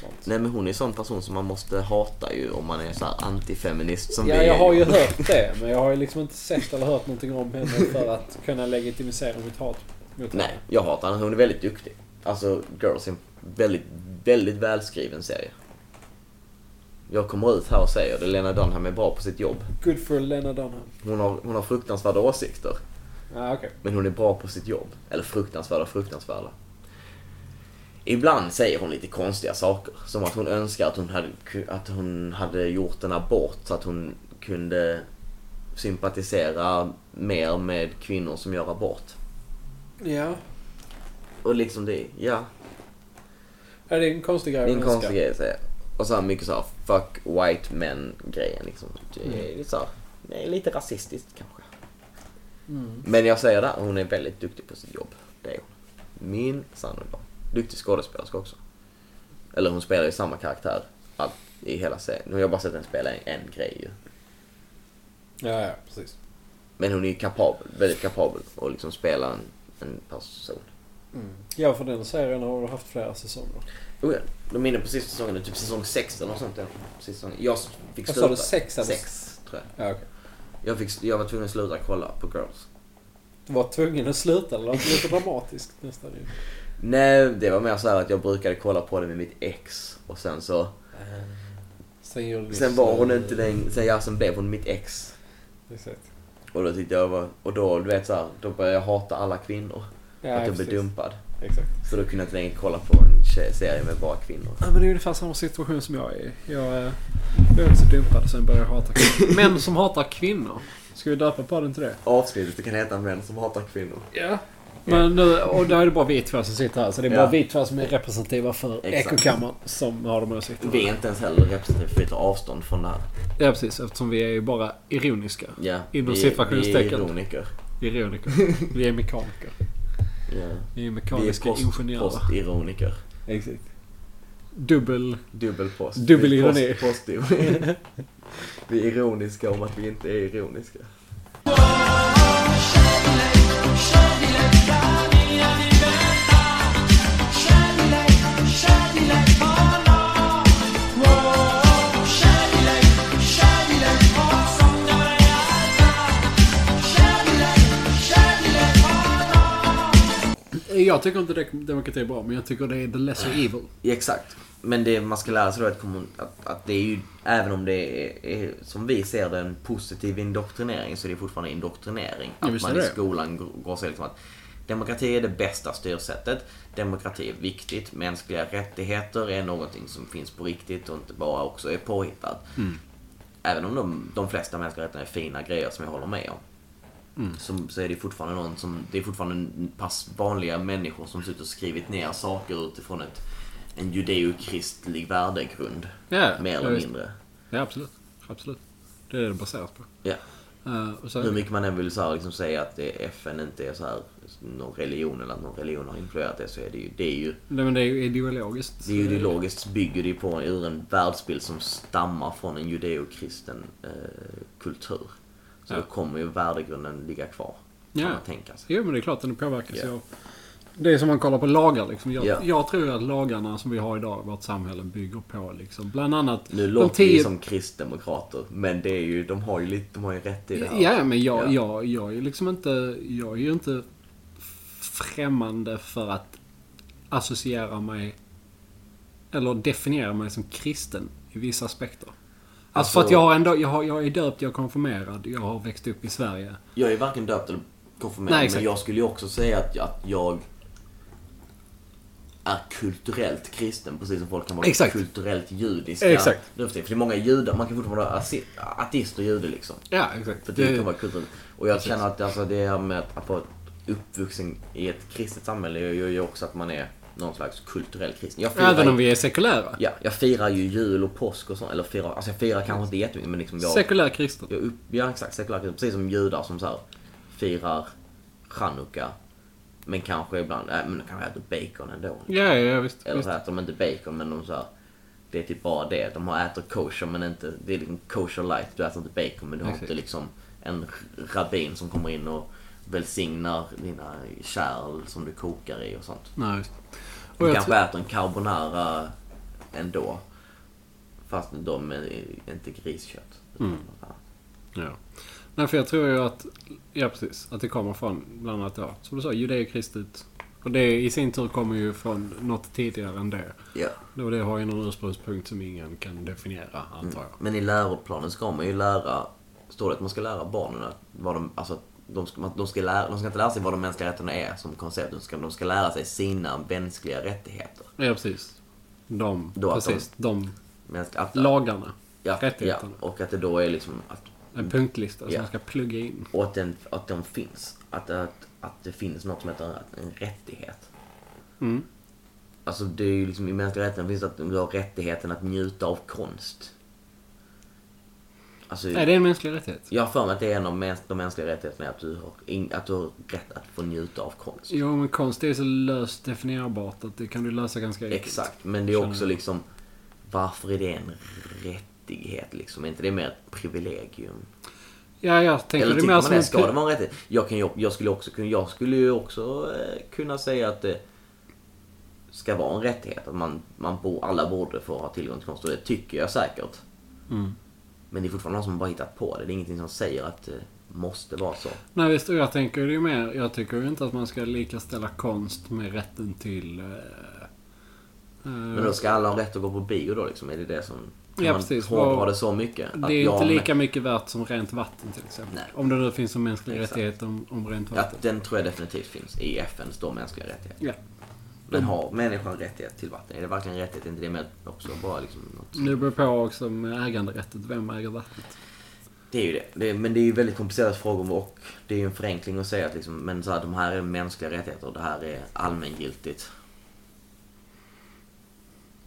sånt. Nej men hon är en sån person som man måste hata ju om man är så här antifeminist som Ja, vi jag är. har ju hört det, men jag har ju liksom inte sett eller hört någonting om henne för att kunna legitimisera mitt hat mot henne. Nej, jag hatar henne. Hon är väldigt duktig. Alltså, Girls är en väldigt, väldigt välskriven serie. Jag kommer ut här och säger det, Lena Dunham är bra på sitt jobb. Good for Lena Dunham. Hon har, hon har fruktansvärda åsikter, Ah, okej. men hon är bra på sitt jobb. Eller fruktansvärda, fruktansvärda. Ibland säger hon lite konstiga saker. Som att hon önskar att hon hade, ku- att hon hade gjort en abort så att hon kunde sympatisera mer med kvinnor som gör abort. Ja. Och liksom det, ja. ja. Det är en konstig grej Det är en att önska. konstig grej att säga. Och så här mycket så här fuck white men grejen liksom. Det är lite så här, det är lite rasistiskt kanske. Mm. Men jag säger det, hon är väldigt duktig på sitt jobb. Det är hon. Min sannolik. Duktig skådespelerska också. Eller hon spelar ju samma karaktär allt, i hela serien. Nu har jag bara sett henne spela en, en grej ju. Ja, ja, precis. Men hon är ju kapabel, väldigt kapabel att liksom spela en, en person. Ja, för den serien har du haft flera säsonger. Oh ja, de är inne på sista säsongen nu, typ säsong 6 eller något sånt. ja. Sista säsongen. Jag fick Vad sluta. sa du, sex eller- Sex, tror jag. Ja, okej. Jag, fick, jag var tvungen att sluta kolla på Girls. Du var tvungen att sluta, eller? Det var Lite dramatiskt nästan ju. Nej, det var mer så här att jag brukade kolla på det med mitt ex och sen så... Sen, gjorde du Eh. Sen var hon inte längre... Sen, ja, sen blev hon mitt ex. Exakt. Och då tyckte jag var... Och då, du vet så här, då började jag hata alla kvinnor. Ja, att jag blev precis. dumpad. Exakt. Så då kunde jag inte längre kolla på en tjej- serie med bara kvinnor. Ja, men det är ungefär samma situation som jag är i. Jag eh, blev också dumpad och sen började jag hata kvinnor. Män som hatar kvinnor. Ska vi döpa podden till det? Avsnittet det kan heta Män som hatar kvinnor. Ja. Men nu, och då är det bara vi två som sitter här. Så det är bara Ja. vi två som är representativa för Exakt. Ekokammaren som har de åsikterna. Vi är inte ens heller representativa för att ta avstånd från det här. Ja, precis. Eftersom vi är ju bara ironiska. Ja, Inom vi, vi är citationstecken. ironiker. Ironiker. Vi är mekaniker. Ja. Vi är Vi mekaniska är post, ingenjörer. postironiker. Exakt. Dubbel... Dubbelpost. Dubbel Vi är ironi. Post, postironi. vi är ironiska om att vi inte är ironiska. Jag tycker inte dek- demokrati är bra, men jag tycker det är the Ah. lesser evil. Ja, exakt. Men det man ska lära sig då är att, kommun- att, att det är ju, även om det är, är, som vi ser det, en positiv indoktrinering så är det fortfarande indoktrinering. Ja, Att visst man är i det. skolan går- går och säger liksom att demokrati är det bästa styrsättet, demokrati är viktigt, mänskliga rättigheter är någonting som finns på riktigt och inte bara också är påhittat. Mm. Även om de, de flesta mänskliga rättigheter är fina grejer som jag håller med om. Mm. Som, så är det fortfarande någon som, det är fortfarande en pass vanliga människor som sitter och skrivit ner saker utifrån ett, en judeokristlig värdegrund. Ja, mer ja, eller visst. mindre. Ja, absolut. Absolut. Det är det det baseras på. Ja. Eh, och sen, Hur mycket man än vill så här, liksom säga att det, FN inte är så här, någon religion eller att någon religion har influerat det så är det ju, det är ju, Nej, men det är ju ideologiskt. det är ju ideologiskt bygger det ju på ur en världsbild som stammar från en judeokristen eh, kultur. Så Ja. då kommer ju värdegrunden ligga kvar. Kan Ja. man tänka sig. Jo, men det är klart den påverkas Ja. av... Det är som man kollar på lagar liksom. Jag, Ja. jag tror att lagarna som vi har idag i vårt samhälle bygger på liksom. Bland annat... Nu de låter vi tio- som kristdemokrater, men det är ju, de har ju lite, de har ju rätt i det här. Ja, men jag, Ja. jag, jag är ju liksom inte... Jag är ju inte främmande för att associera mig... Eller definiera mig som kristen i vissa aspekter. Alltså, för Alltså- att jag har ändå... Jag, har, jag är döpt, jag är konfirmerad, jag har växt upp i Sverige. Jag är varken döpt eller konfirmerad, Nej, men exakt. jag skulle ju också säga att jag, att jag är kulturellt kristen, precis som folk kan vara Exakt. kulturellt judiska. Exakt. nu för tiden. För det är många judar, man kan fortfarande vara ase- ateist och jude liksom. Ja, exakt. För det kan vara kulturellt. Och jag känner att alltså, det här med att att vara uppvuxen i ett kristet samhälle gör ju också att man är någon slags kulturell kristen. Jag firar Även ju- om vi är sekulära. Ja, jag firar ju jul och påsk och sånt. Eller firar, alltså jag firar kanske inte jättemycket men liksom jag... Sekulär kristen. jag upp, ja exakt, sekulär kristen. Precis som judar som så här, firar chanukka. Men kanske ibland, äh, men de kanske äter bacon ändå. Ja, ja, ja visst. Eller visst. så äter de inte bacon men de så här, Det är typ bara det. De har äter kosher men inte, det är liksom kosher light. Du äter inte bacon men du har Exakt. inte liksom en rabbin som kommer in och välsignar dina kärl som du kokar i och sånt. Nej, visst. Du Och jag kanske tror- äter en carbonara ändå. Fast de är inte griskött. Mm. Ja. Nej, för jag tror ju att, ja precis, att det kommer från bland annat då, som du sa, judeokristet. Och det i sin tur kommer ju från något tidigare än det. Ja. Och det har ju någon ursprungspunkt som ingen kan definiera, antar jag. Men i läroplanen ska man ju lära, står det att man ska lära barnen att, vad de, alltså, att de ska, man- de, ska lära, de ska inte lära sig vad de mänskliga rättigheterna är som koncept. De ska, de ska lära sig sina mänskliga rättigheter. Ja, precis. De, Mm. Då att precis. De, Mänskliga, att, lagarna. ja, ja, rättigheterna. och att det då är liksom att, En punktlista som Ja. man ska plugga in. och att, den, att de finns. Att, att, att det finns något som heter en- en rättighet. Mm. Alltså det är ju liksom i mänskliga rättigheterna finns det att du har rättigheten att njuta av konst. Alltså, Nej, det är en mänsklig rättighet. Jag har för mig att det är en av mäns- de mänskliga rättigheterna att du, har in, att du har rätt att få njuta av konst. Jo, men konst är så löst definierbart att det kan du lösa ganska enkelt. Exakt, men det är Känner också jag. liksom varför är det en rättighet liksom? Är inte det mer ett privilegium? Ja, jag tänker Eller det tycker mer man som det? en... Ska det pu- vara en rättighet? Jag, kan, ju- jag, skulle också, kunna- jag skulle ju också eh, kunna säga att det ska vara en rättighet. Att man, man bo, alla borde få ha tillgång till konst och det tycker jag säkert. Mm. Men det är fortfarande någon som bara hittat på det. Det är ingenting som säger att det måste vara så. Nej, visst. Och jag tänker ju mer... Jag tycker ju inte att man ska likaställa konst med rätten till... eh, Men då ska alla ha rätt att gå på bio då liksom? Är det det som... Kan Ja, man precis. hårdra Vad- det så mycket? Det är jag- inte lika mycket värt som rent vatten till exempel. Nej. Om det nu finns en mänsklig Exakt. rättighet om, om rent Ja, vatten. den tror jag definitivt finns i FNs då mänskliga rättigheter. Ja. Men har människan rättighet till vatten? Är det verkligen rättighet? Är inte det med också bara liksom något? Nu beror det på också med äganderätten. Vem äger vattnet? Det är ju det. det. är- Men det är ju väldigt komplicerade frågor och det är ju en förenkling att säga att liksom, men så här, de här är mänskliga rättigheter och det här är allmängiltigt.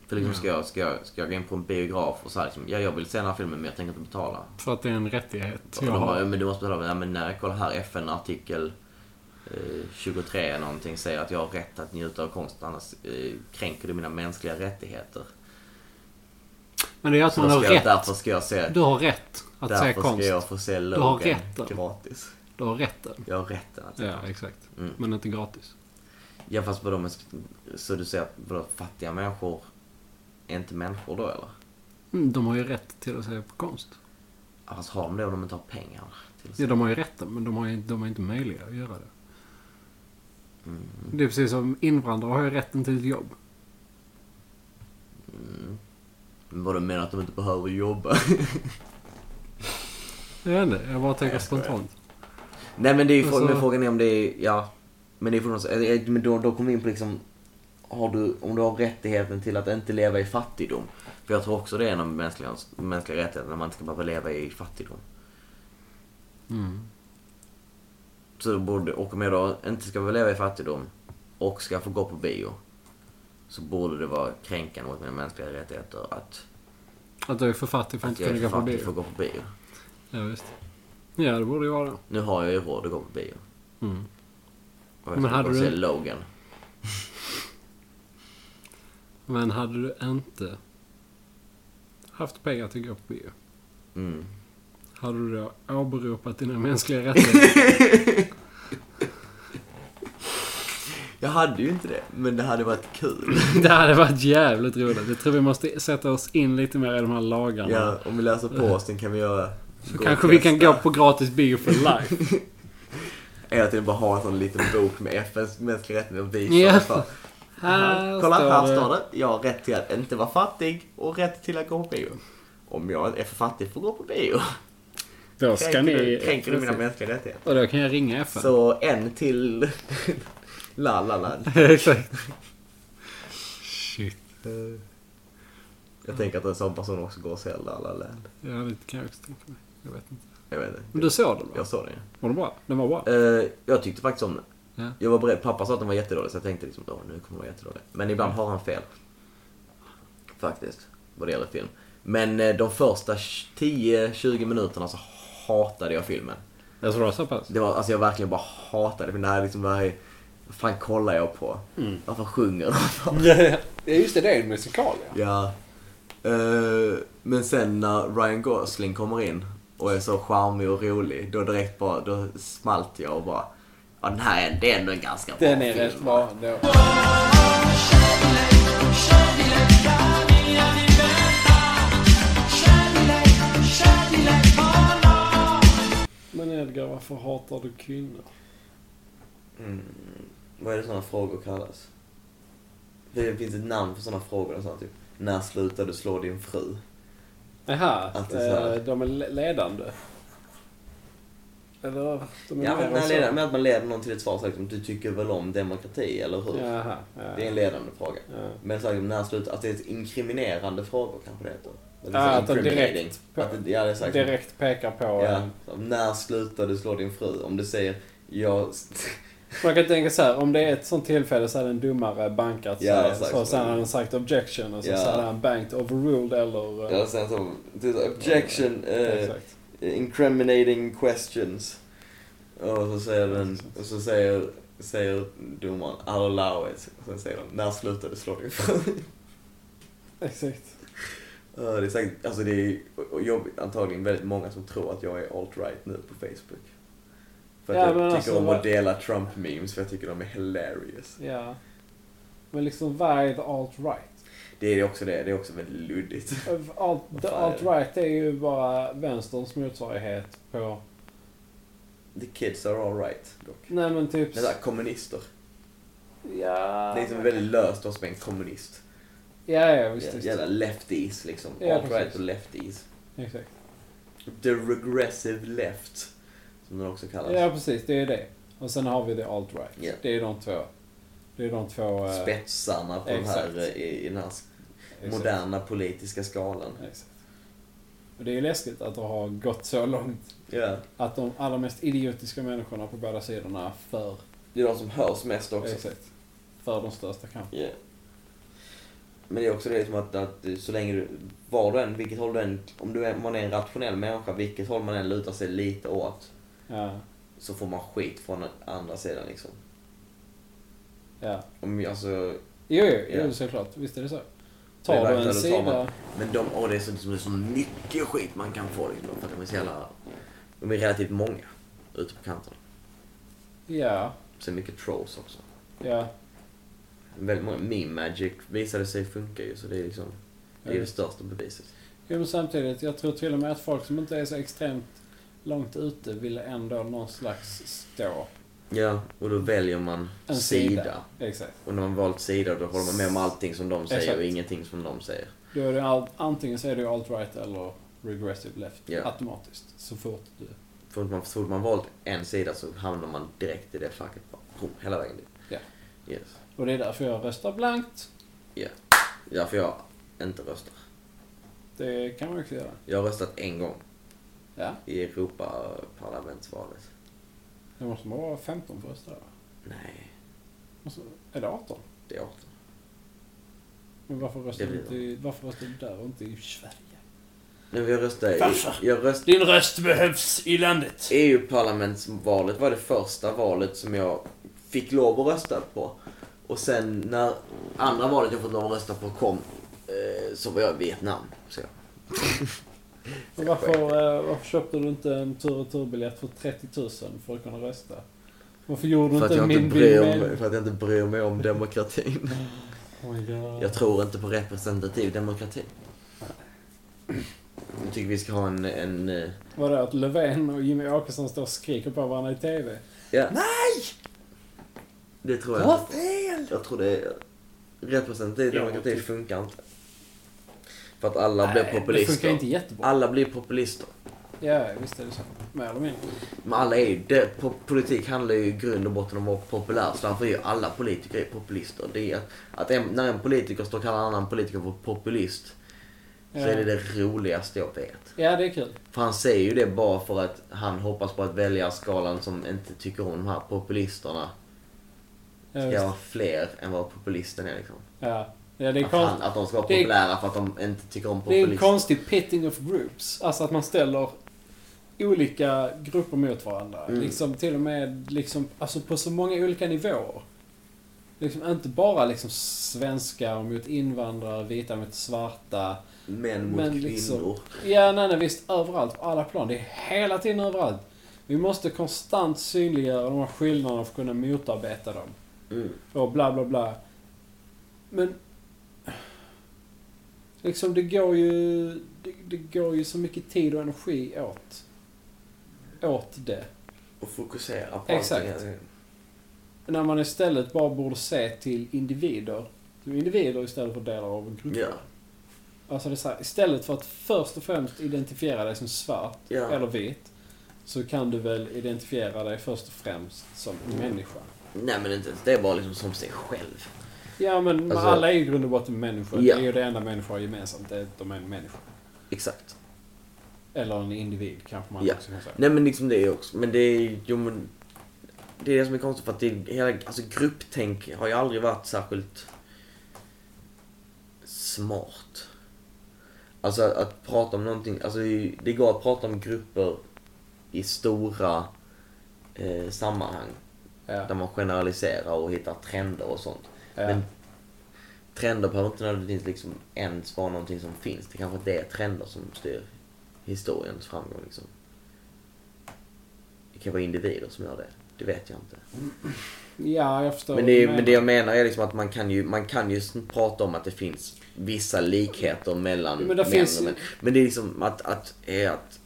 För liksom ska jag, ska, jag, ska jag gå in på en biograf och så här, liksom, ja, jag vill se den här filmen men jag tänker inte betala. För att det är en rättighet. Och jag de har. bara, ja, men du måste betala. Ja, men nej, kolla här, FN-artikel eh, 23 eller någonting säger att jag har rätt att njuta av konst, annars eh, kränker du mina mänskliga rättigheter. Men det är att Så man då har ska jag, rätt. därför ska jag se, Du har rätt att se därför ska konst. jag få se har Logan rätten. gratis. Du har rätten. Jag har rätten att se Ja, konst. exakt. Mm. Men inte gratis. Ja, fast vadå, men, så du säger att vadå, fattiga människor är inte människor då eller? Mm, de har ju rätt till att se på konst. Ja, Fast har de det om de inte har pengar? Till att se? Ja, de har ju rätten, men de har, ju, de har inte möjliga att göra det. Mm. Det är precis som invandrare har ju rätten till ett jobb. Mm. Men Vadå, menar du att de inte behöver jobba? Jag vet inte, jag bara tänker jag skojar. spontant. Nej men det är ju Alltså- men frågan är om det är, ja. Men det är fortfarande så- eh, men då, då kommer vi in på liksom, har du, om du har rättigheten till att inte leva i fattigdom. För jag tror också det är en av de mänskliga, mänskliga rättigheterna, att man inte ska behöva leva i fattigdom. Mm. Så då borde, och om jag då inte ska behöva leva i fattigdom och ska få gå på bio. Så borde det vara kränkande mot mina mänskliga rättigheter att, Att du är för fattig för att att inte jag kunna är gå på fattig för bio. att gå på bio. Ja, visst. Ja, det borde ju vara det. Nu har jag ju råd att gå på bio. Mm. Och Men jag ska hade gå och du- se Logan. Men hade du inte haft pengar till att gå på bio, Mm. hade du då åberopat dina mänskliga rättigheter? Jag hade ju inte det, men det hade varit kul. det hade varit jävligt roligt. Jag tror vi måste sätta oss in lite mer i de här lagarna. Ja, om vi läser på oss den kan vi göra... Så kanske vi kan gå på gratis bio for life. Eller till bara ha en sån liten bok med FNs mänskliga rättigheter och visa Ja. och så. här Kolla, står här det. står det. Jag har rätt till att inte vara fattig och rätt till att gå på bio. Om jag är för fattig får jag gå på bio. Då ska Kränker, ni... du, kränker du mina Precis. mänskliga rättigheter? Och då kan jag ringa FN. Så en till... la, la, la. Exakt. Shit. Jag tänker att en sån person också går och ser la, la, la. Ja, det kan jag också tänka mig. Jag vet inte. Jag vet inte. Men du såg den va? Jag såg den ju. Var den bra? Den var bra? Eh, jag tyckte faktiskt om den. Ja. Jag var beredd. Pappa sa att den var jättedålig så jag tänkte liksom, åh nu kommer den vara jättedålig. Men ibland har han fel. Faktiskt. Vad det gäller film. Men eh, de första 10-20 minuterna så hatade jag filmen. Jag tror det var så pass. Det var, alltså jag verkligen bara hatade filmen. Det här är liksom, vad är- vad fan kollar jag på? Mm. Varför sjunger de? Ja, just det. Det är en musikal, ja. Ja. Eh, men sen när Ryan Gosling kommer in och är så charmig och rolig, då direkt bara, då smalt jag och bara, ja den här är, det är ändå en ganska bra Den är film. rätt bra ändå. Men Edgar, varför hatar du kvinnor? Vad är det sådana frågor kallas? Det finns ett namn för sådana frågor och sånt typ. När slutar du slå din fru? Jaha, Att det är så här. eh, de är le- ledande. Eller? De är Ja, mer men än när så. leder, med att man leder någon till ett svar så liksom, du tycker väl om demokrati, eller hur? Jaha. Ja. Det är en ledande fråga. Ja. Men så här, när slutar, att det är ett inkriminerande frågor kanske det heter. Eller Ja, så att de direkt incriminating. på- Att det, ja, det är så här, Direkt pekar på... Ja, så här, när slutar du slå din fru? Om du säger jag... Man kan tänka så här, om det är ett sånt tillfälle så hade en domare bankat så, Ja, här, exakt. så sen hade han sagt objection och så, Ja. så hade han bankt overruled eller... eh, Ja, sen så, det är så, här, objection, eh, Exakt. incriminating questions. Och så säger den, och så säger, säger domaren I'll allow it. Och sen säger de, när slutar du slå din fru? Exakt. Ja, Det är säkert, alltså det är och- och jobbigt, antagligen väldigt många som tror att jag är alt-right nu på Facebook. För att Ja, jag men tycker alltså, om vad- att dela Trump-memes för jag tycker de är hilarious. Ja. Men liksom, vad är the alt-right? Det är också det, det är också väldigt luddigt. Alt, Vad the fan är det? alt-right är ju bara vänsterns motsvarighet på... The kids are alright dock. Nej men typ... Det är där kommunister. Ja. Ah, Det är liksom väldigt löst vad som är en kommunist. Ja, ja visst. visst. Jävla lefties liksom. Ja, alt-right precis. och lefties. Exakt. The regressive left. Som den också kallas. Ja, precis. Det är det. Och sen har vi the alt-right. Ja. Det är de två. Det är de två... eh, Spetsarna på den Exakt. här, eh, i, i den här sk- exakt. moderna politiska skalan. Exakt. Och det är ju läskigt att det har gått så långt Ja. att de allra mest idiotiska människorna på båda sidorna för, Det är de som hörs mest också. exakt, för de största kampen. Ja. Men det är också det liksom att, att så länge du, var du än, vilket håll du än, om du är, man är en rationell människa, vilket håll man än lutar sig lite åt, Ja, så får man skit från andra sidan liksom. ja. Om, jag- alltså, Jo, jo, jo Ja. såklart. Visst är det så. Det är Tar du en verkligen, då tar man- sida... men de, åh det är så, liksom, det är så mycket skit man kan få liksom, för att de är så jävla, de är relativt många ute på kanterna. Ja, Så mycket trolls också. ja. Väldigt många, meme magic visade sig funka ju, så det är liksom, det Mm. är det största beviset. Jo, men samtidigt, jag tror till och med att folk som inte är så extremt långt ute vill ändå någon slags stå. Ja, och då väljer man En sida. sida. Exakt. Och när man valt sida då håller man med om allting som de säger Exakt. och ingenting som de säger. Då är det all, antingen så är det alt-right eller regressive left Ja. automatiskt. Så fort du... För att man, så fort man valt en sida så hamnar man direkt i det facket. Bara, pum, hela vägen dit. Ja. Yes. Och det är därför jag röstar blankt. Ja. Därför jag inte röstar. Det kan man också göra. Jag har röstat en gång Ja. i Europaparlamentsvalet. Det måste man vara 15 för att rösta. va? Nej, Och så Är det 18? det är 18. Men varför röstar, Det du, blir inte, i- varför röstar du där och inte i Sverige? Nej, men jag röstade i, Varför? jag röst, Din röst behövs i landet! EU-parlamentsvalet var det första valet som jag fick lov att rösta på. Och sen när andra valet jag fått lov att rösta på kom eh, så var jag i Vietnam. Så jag, Och varför, eh, varför köpte du inte en tur och turbiljett för 30 000 för att kunna rösta? Varför gjorde du för, att inte jag min inte bryr bil mig, med? för att jag inte bryr mig om demokratin. Oh my god. Jag tror inte på representativ demokrati. Jag tycker vi ska ha en... en eh, Vadå, att Löfven och Jimmy Åkesson står och skriker på varandra i TV? ja. Nej! Det tror jag inte. fel! Jag tror det är... Representativ Ja, demokrati typ. funkar inte. För att alla blir det funkar populister. inte jättebra. Alla blir populister. Ja, visst är det så. Mer eller mindre. Men alla är ju det, po- politik handlar ju i grund och botten om att vara populär. Så därför är ju alla politiker är populister. Det är att, att en, när en politiker står och kallar en annan politiker för populist. Så Ja. är det det roligaste jag vet. Ja, det är kul. För han säger ju det bara för att han hoppas på att väljarskalan som inte tycker om de här populisterna Ja, ska visst. vara fler än vad populisten är liksom. ja. ja det är Att, han, konstigt. att de ska vara det är- populära för att de inte tycker om Det är en populister. konstig pitting of groups. Alltså att man ställer olika grupper mot varandra. Mm. Liksom till och med liksom, alltså på så många olika nivåer. Liksom inte bara liksom svenskar mot invandrare, vita mot svarta. Män mot Men kvinnor. liksom- Ja, nej, nej, visst. Överallt. På alla plan. Det är hela tiden överallt. Vi måste konstant synliggöra de här skillnaderna för att kunna motarbeta dem. Mm. och bla bla bla. Men... Liksom det går ju... Det, det går ju så mycket tid och energi åt... Åt det. Och fokusera på Exakt. allting. När man istället bara borde se till individer. Som individer istället för delar av grupper. Ja. Alltså det är så här, istället för att först och främst identifiera dig som svart Ja. eller vit. så kan du väl identifiera dig först och främst som en Mm. människa. Nej men inte ens det. är bara liksom som sig själv. Ja, men Alltså- alla är ju i grund och botten människor. Ja. Det är ju det enda människor har gemensamt. Det är att de är en människa. Exakt. Eller en individ kanske man Ja. också kan säga. Nej men liksom det är också. Men det är jo men. Det är det som är konstigt för att det är hela, alltså grupptänk har ju aldrig varit särskilt smart. Alltså att, att prata om någonting, alltså det det går att prata om grupper i stora eh, sammanhang. Ja. Där man generaliserar och hittar trender och sånt. Ja. Men trender behöver inte nödvändigtvis liksom ens vara någonting som finns. Det kanske inte är trender som styr historiens framgång liksom. Det kan vara individer som gör det. Det vet jag inte. ja, jag förstår Men vad det, du men det jag menar är liksom att man kan ju, man kan ju s- prata om att det finns vissa likheter mellan Ja, men det män finns och ju- män. Men det är liksom att, att, är att,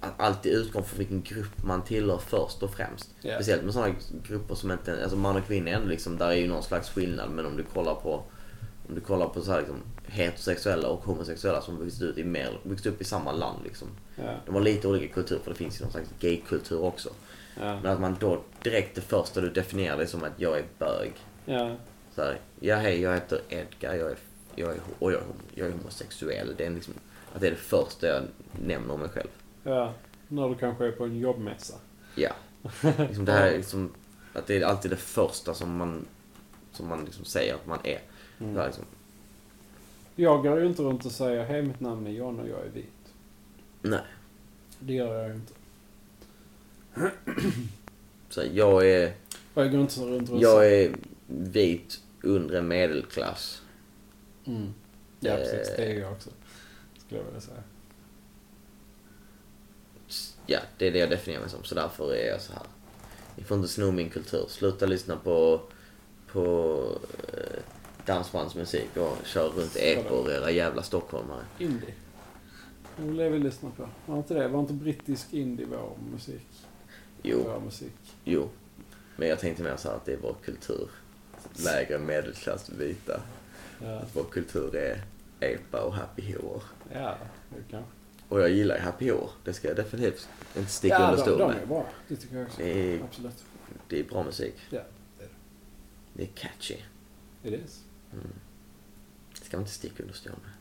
att alltid utgå från vilken grupp man tillhör först och främst. Ja. Speciellt med sådana grupper som inte, alltså man och kvinna är ändå liksom, där är ju någon slags skillnad. Men om du kollar på, om du kollar på så här liksom heterosexuella och homosexuella som vuxit, ut i mer, vuxit upp i samma land liksom. Ja. De har lite olika kultur för det finns ju någon slags gaykultur också. Ja. Men att man då direkt det första du definierar det som att jag är bög. Ja. Så här, ja hej jag heter Edgar jag är, jag är, och jag är, homo- jag är homosexuell. Det är liksom, att det är det första jag nämner om mig själv. ja. När du kanske är på en jobbmässa. Ja. Liksom det här är liksom, att det är alltid det första som man, som man liksom säger att man är. Så här, liksom, Mm. Jag går ju inte runt och säger hej mitt namn är John och jag är vit. nej. Det gör jag ju inte. Så här, jag är, Och jag går inte runt och jag är vit undre medelklass. Mm. Ja, precis. Eh. Det är jag också. Skulle jag vilja säga. Ja, det är det jag definierar mig som. Så därför är jag så här. Ni får inte sno min kultur. Sluta lyssna på, på eh, dansbandsmusik och kör runt ekor, era jävla stockholmare. Indie. Det vill jag väl lyssna på. Var inte det? Var inte brittisk indie vår musik? Jo, Vår musik. jo. Men jag tänkte mer så här att det är vår kultur. Lägre medelklass vita. Ja. Att vår kultur är epa och happy horor. Ja, det kanske. Och jag gillar ju happy horor. Det ska jag definitivt inte sticka Ja, under de, stol de är med. bra. Det tycker jag också. Det är, Absolut. det är bra musik. Ja, det är Det är catchy. Mm. det. It is. Det ska man inte sticka under stol med.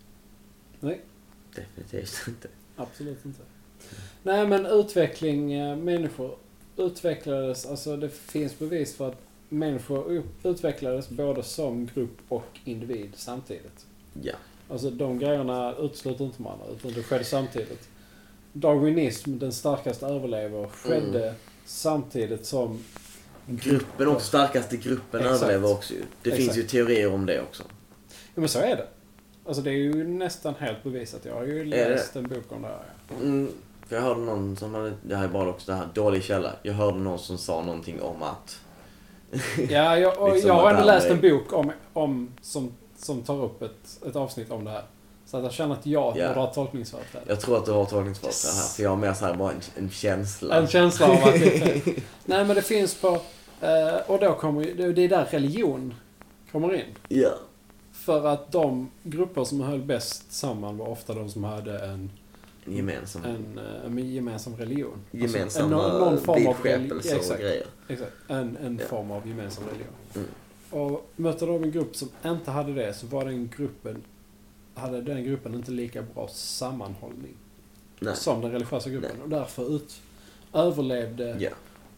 Nej, Definitivt inte. absolut inte. Nej, men utveckling, eh, människor utvecklades, alltså det finns bevis för att människor upp- utvecklades både som grupp och individ samtidigt. Ja. Alltså de grejerna utesluter inte varandra, utan det skedde samtidigt. Darwinism, den starkaste överlever, skedde samtidigt som... Gruppen också, starkaste gruppen Exakt. överlever också ju. Det Exakt. finns ju teorier om det också. Ja, men så är det. Alltså det är ju nästan helt bevisat. Jag har ju det? läst en bok om det här. Mm, för jag hörde någon som hade, det här är bara också det här, dålig källa. Jag hörde någon som sa någonting om att, Ja, jag, och Liksom jag har att ändå alla läst en är- bok om, om, som, som tar upp ett, ett avsnitt om det här. Så att jag känner att jag Ja. borde ha ett tolkningsföreträde. jag tror att du har tolkningsföreträde här, för jag har mer så här bara en, en känsla. En känsla av att det är fel. Nej, men det finns på... eh, Och då kommer ju... det- Det är där religion kommer in. Ja. För att de grupper som höll bäst samman var ofta de som hade en, Gemensam, en, eh, en gemensam religion. Alltså, gemensamma en- någon form av vidskepelser religi- eh, och exakt. grejer. Exakt, en, en Ja. form av gemensam religion. Mm. Och mötte de en grupp som inte hade det så var den gruppen, hade den gruppen inte lika bra sammanhållning Nej. som den religiösa gruppen. Och därför ut, överlevde Ja.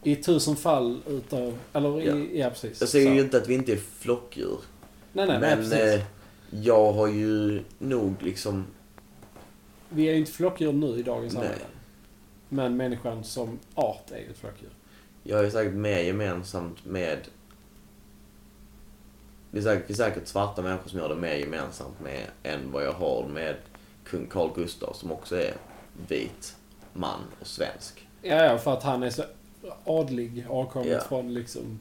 i tusen fall utav, eller i, ja, precis. Jag säger ju Så. inte att vi inte är flockdjur. nej, nej, nej, men precis. eh, jag har ju nog liksom, Vi är ju inte flockdjur nu i dagens Nej. samhälle. Men människan som art är ju ett flockdjur. Jag är säkert mer gemensamt med... Det är säkert, det är säkert svarta människor som gör det mer gemensamt med än vad jag har med kung Carl Gustav som också är vit man och svensk. Ja, ja, för att han är så adlig, avkommet Ja. från liksom...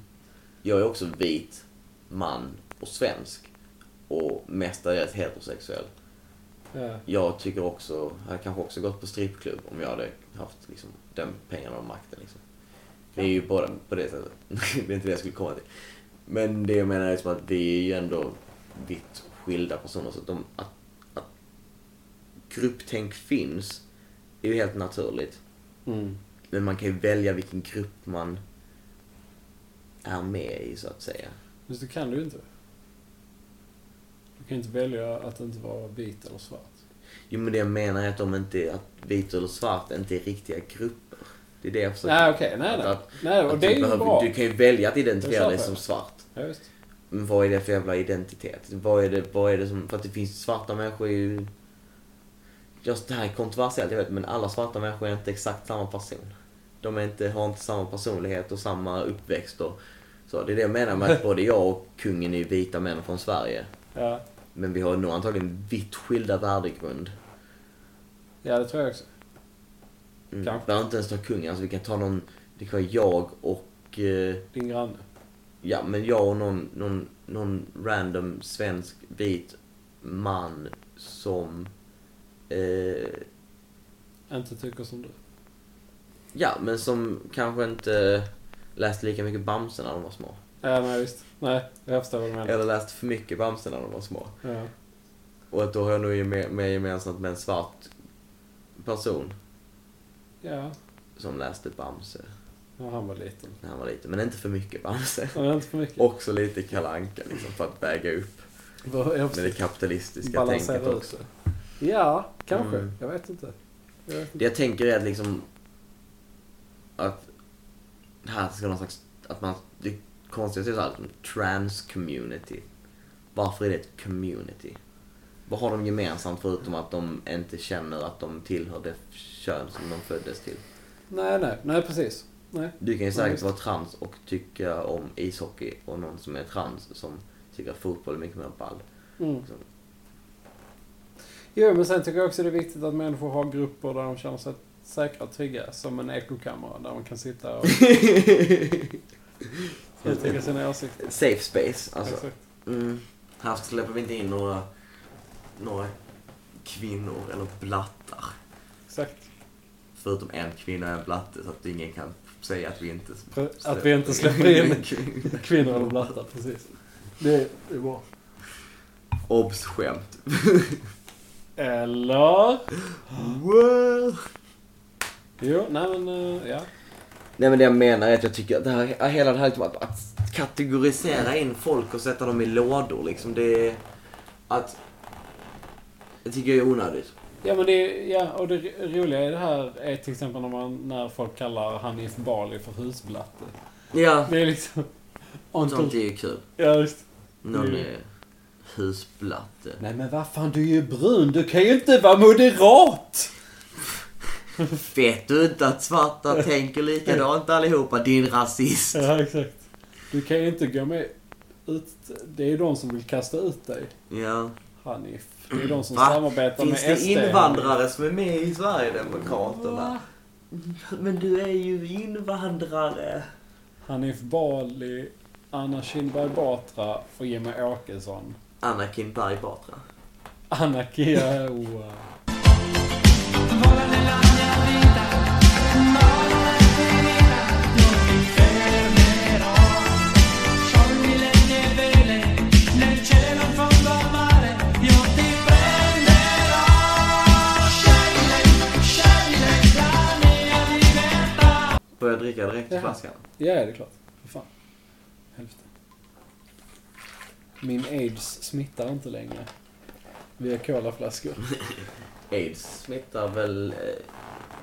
Jag är också vit man och svensk och mestadels heterosexuell. Ja, Jag tycker också, hade kanske också gått på strippklubb om jag hade haft liksom, den pengarna och makten. Liksom. Det är ju bara på det sättet. det är inte det jag skulle komma till. Men det jag menar är liksom att vi är ju ändå vitt skilda personer. Så att, de, att, att grupptänk finns är ju helt naturligt. mm. Men man kan ju välja vilken grupp man är med i så att säga. Men det kan du ju inte. Du kan ju inte välja att inte vara vit eller svart. Jo men det jag menar är att de inte, att vit eller svart inte är riktiga grupper. Det är det jag försöker... nej, okej. nej, nej. att, att, nej, och att det du, är ju behöver, bra. du kan ju välja att Det identifiera är dig sant, som ja. svart. Ja, visst. Men vad är det för jävla identitet? Vad är det, vad är det som... För att det finns svarta människor är ju... Just det här är kontroversiellt, jag vet, men alla svarta människor är inte exakt samma person. De är inte, har inte samma personlighet och samma uppväxt och... Så det är det jag menar med att både jag och kungen är ju vita män från Sverige. Ja. Men vi har nog antagligen vitt skilda värdegrund. ja, det tror jag också. Mm. Kanske. Behöver inte ens ta kungen, alltså vi kan ta någon... Det kan vara jag och... Eh, Din granne. Ja, men jag och någon, någon, någon random svensk vit man som... Eh, Inte tycker som du. ja, men som kanske inte läste lika mycket Bamse när de var små. Ja, nej, visst. Nej, jag förstår vad du menar. Eller läste för mycket Bamse när de var små. Ja. Och att då har jag nog geme- mer gemensamt med en svart person ja. som läste Bamse När han var liten. när han var liten. Men inte för mycket Bamse. Men inte för mycket. Också lite Kalle Anka liksom, för att väga upp Vad- jag med förstår. det kapitalistiska tänket Balansera också. ut det. Ja, kanske. Mm. Jag vet inte. Jag vet inte. Det jag tänker är att liksom att det här ska någon slags, att man, det konstigaste är såhär, trans community. Varför är det ett community? Vad har de gemensamt förutom att de inte känner att de tillhör det kön som de föddes till? Nej, nej, nej precis. Nej. Du kan ju Ja, säkert visst. vara trans och tycka om ishockey och någon som är trans som tycker att fotboll är mycket mer ball. Mm. Jo, men sen tycker jag också det är viktigt att människor har grupper där de känner sig säkra och trygga. Som en ekokamera där man kan sitta och uttrycka sina åsikter. Safe space, alltså. Exakt. Mm. Här släpper vi inte in några, några kvinnor eller blattar. Exakt. Förutom en kvinna och en blatte så att ingen kan säga att vi inte Pre- Att vi inte släpper in kvinnor eller blattar, precis. Det är bra. Obs skämt. Eller? Wow. Jo, nej men eh, ja. Nej men det jag menar är att jag tycker att det här, hela det här liksom att, att kategorisera in folk och sätta dem i lådor liksom det är att jag tycker det är onödigt. Ja, men det, ja, och det ro- roliga i det här är till exempel när, man, när folk kallar Hanif Bali för husblatte. Ja, Det är liksom... sånt är ju kul. Ja, just. Någon Mm. eh, husblatte. Nej men vad fan, du är ju brun. Du kan ju inte vara moderat! Vet du inte att svarta tänker likadant allihopa? Din rasist. Ja, exakt. Du kan ju inte gå med ut... Det är ju de som vill kasta ut dig, Ja. Hanif. Det är de som Va? samarbetar Finns med det SD. invandrare som är med i Sverigedemokraterna? Va? Men du är ju invandrare. Hanif Bali, Anna Kinberg Batra och Jimmy Åkesson. Anakin Berg Batra. Anna Kia... och, eh, Vola nella mia vita, ma non è finita, non mi fermerò. Sciogli le mie vele, nel cielo in fondo al mare, io ti prenderò. Scegli lei, scegli lei la mia libertà. Får jag dricka direkt i Jaha. flaskan? Ja, ja, det är klart. För fan. Hälften. Min aids smittar inte längre. Via colaflaskor. Aids smittar väl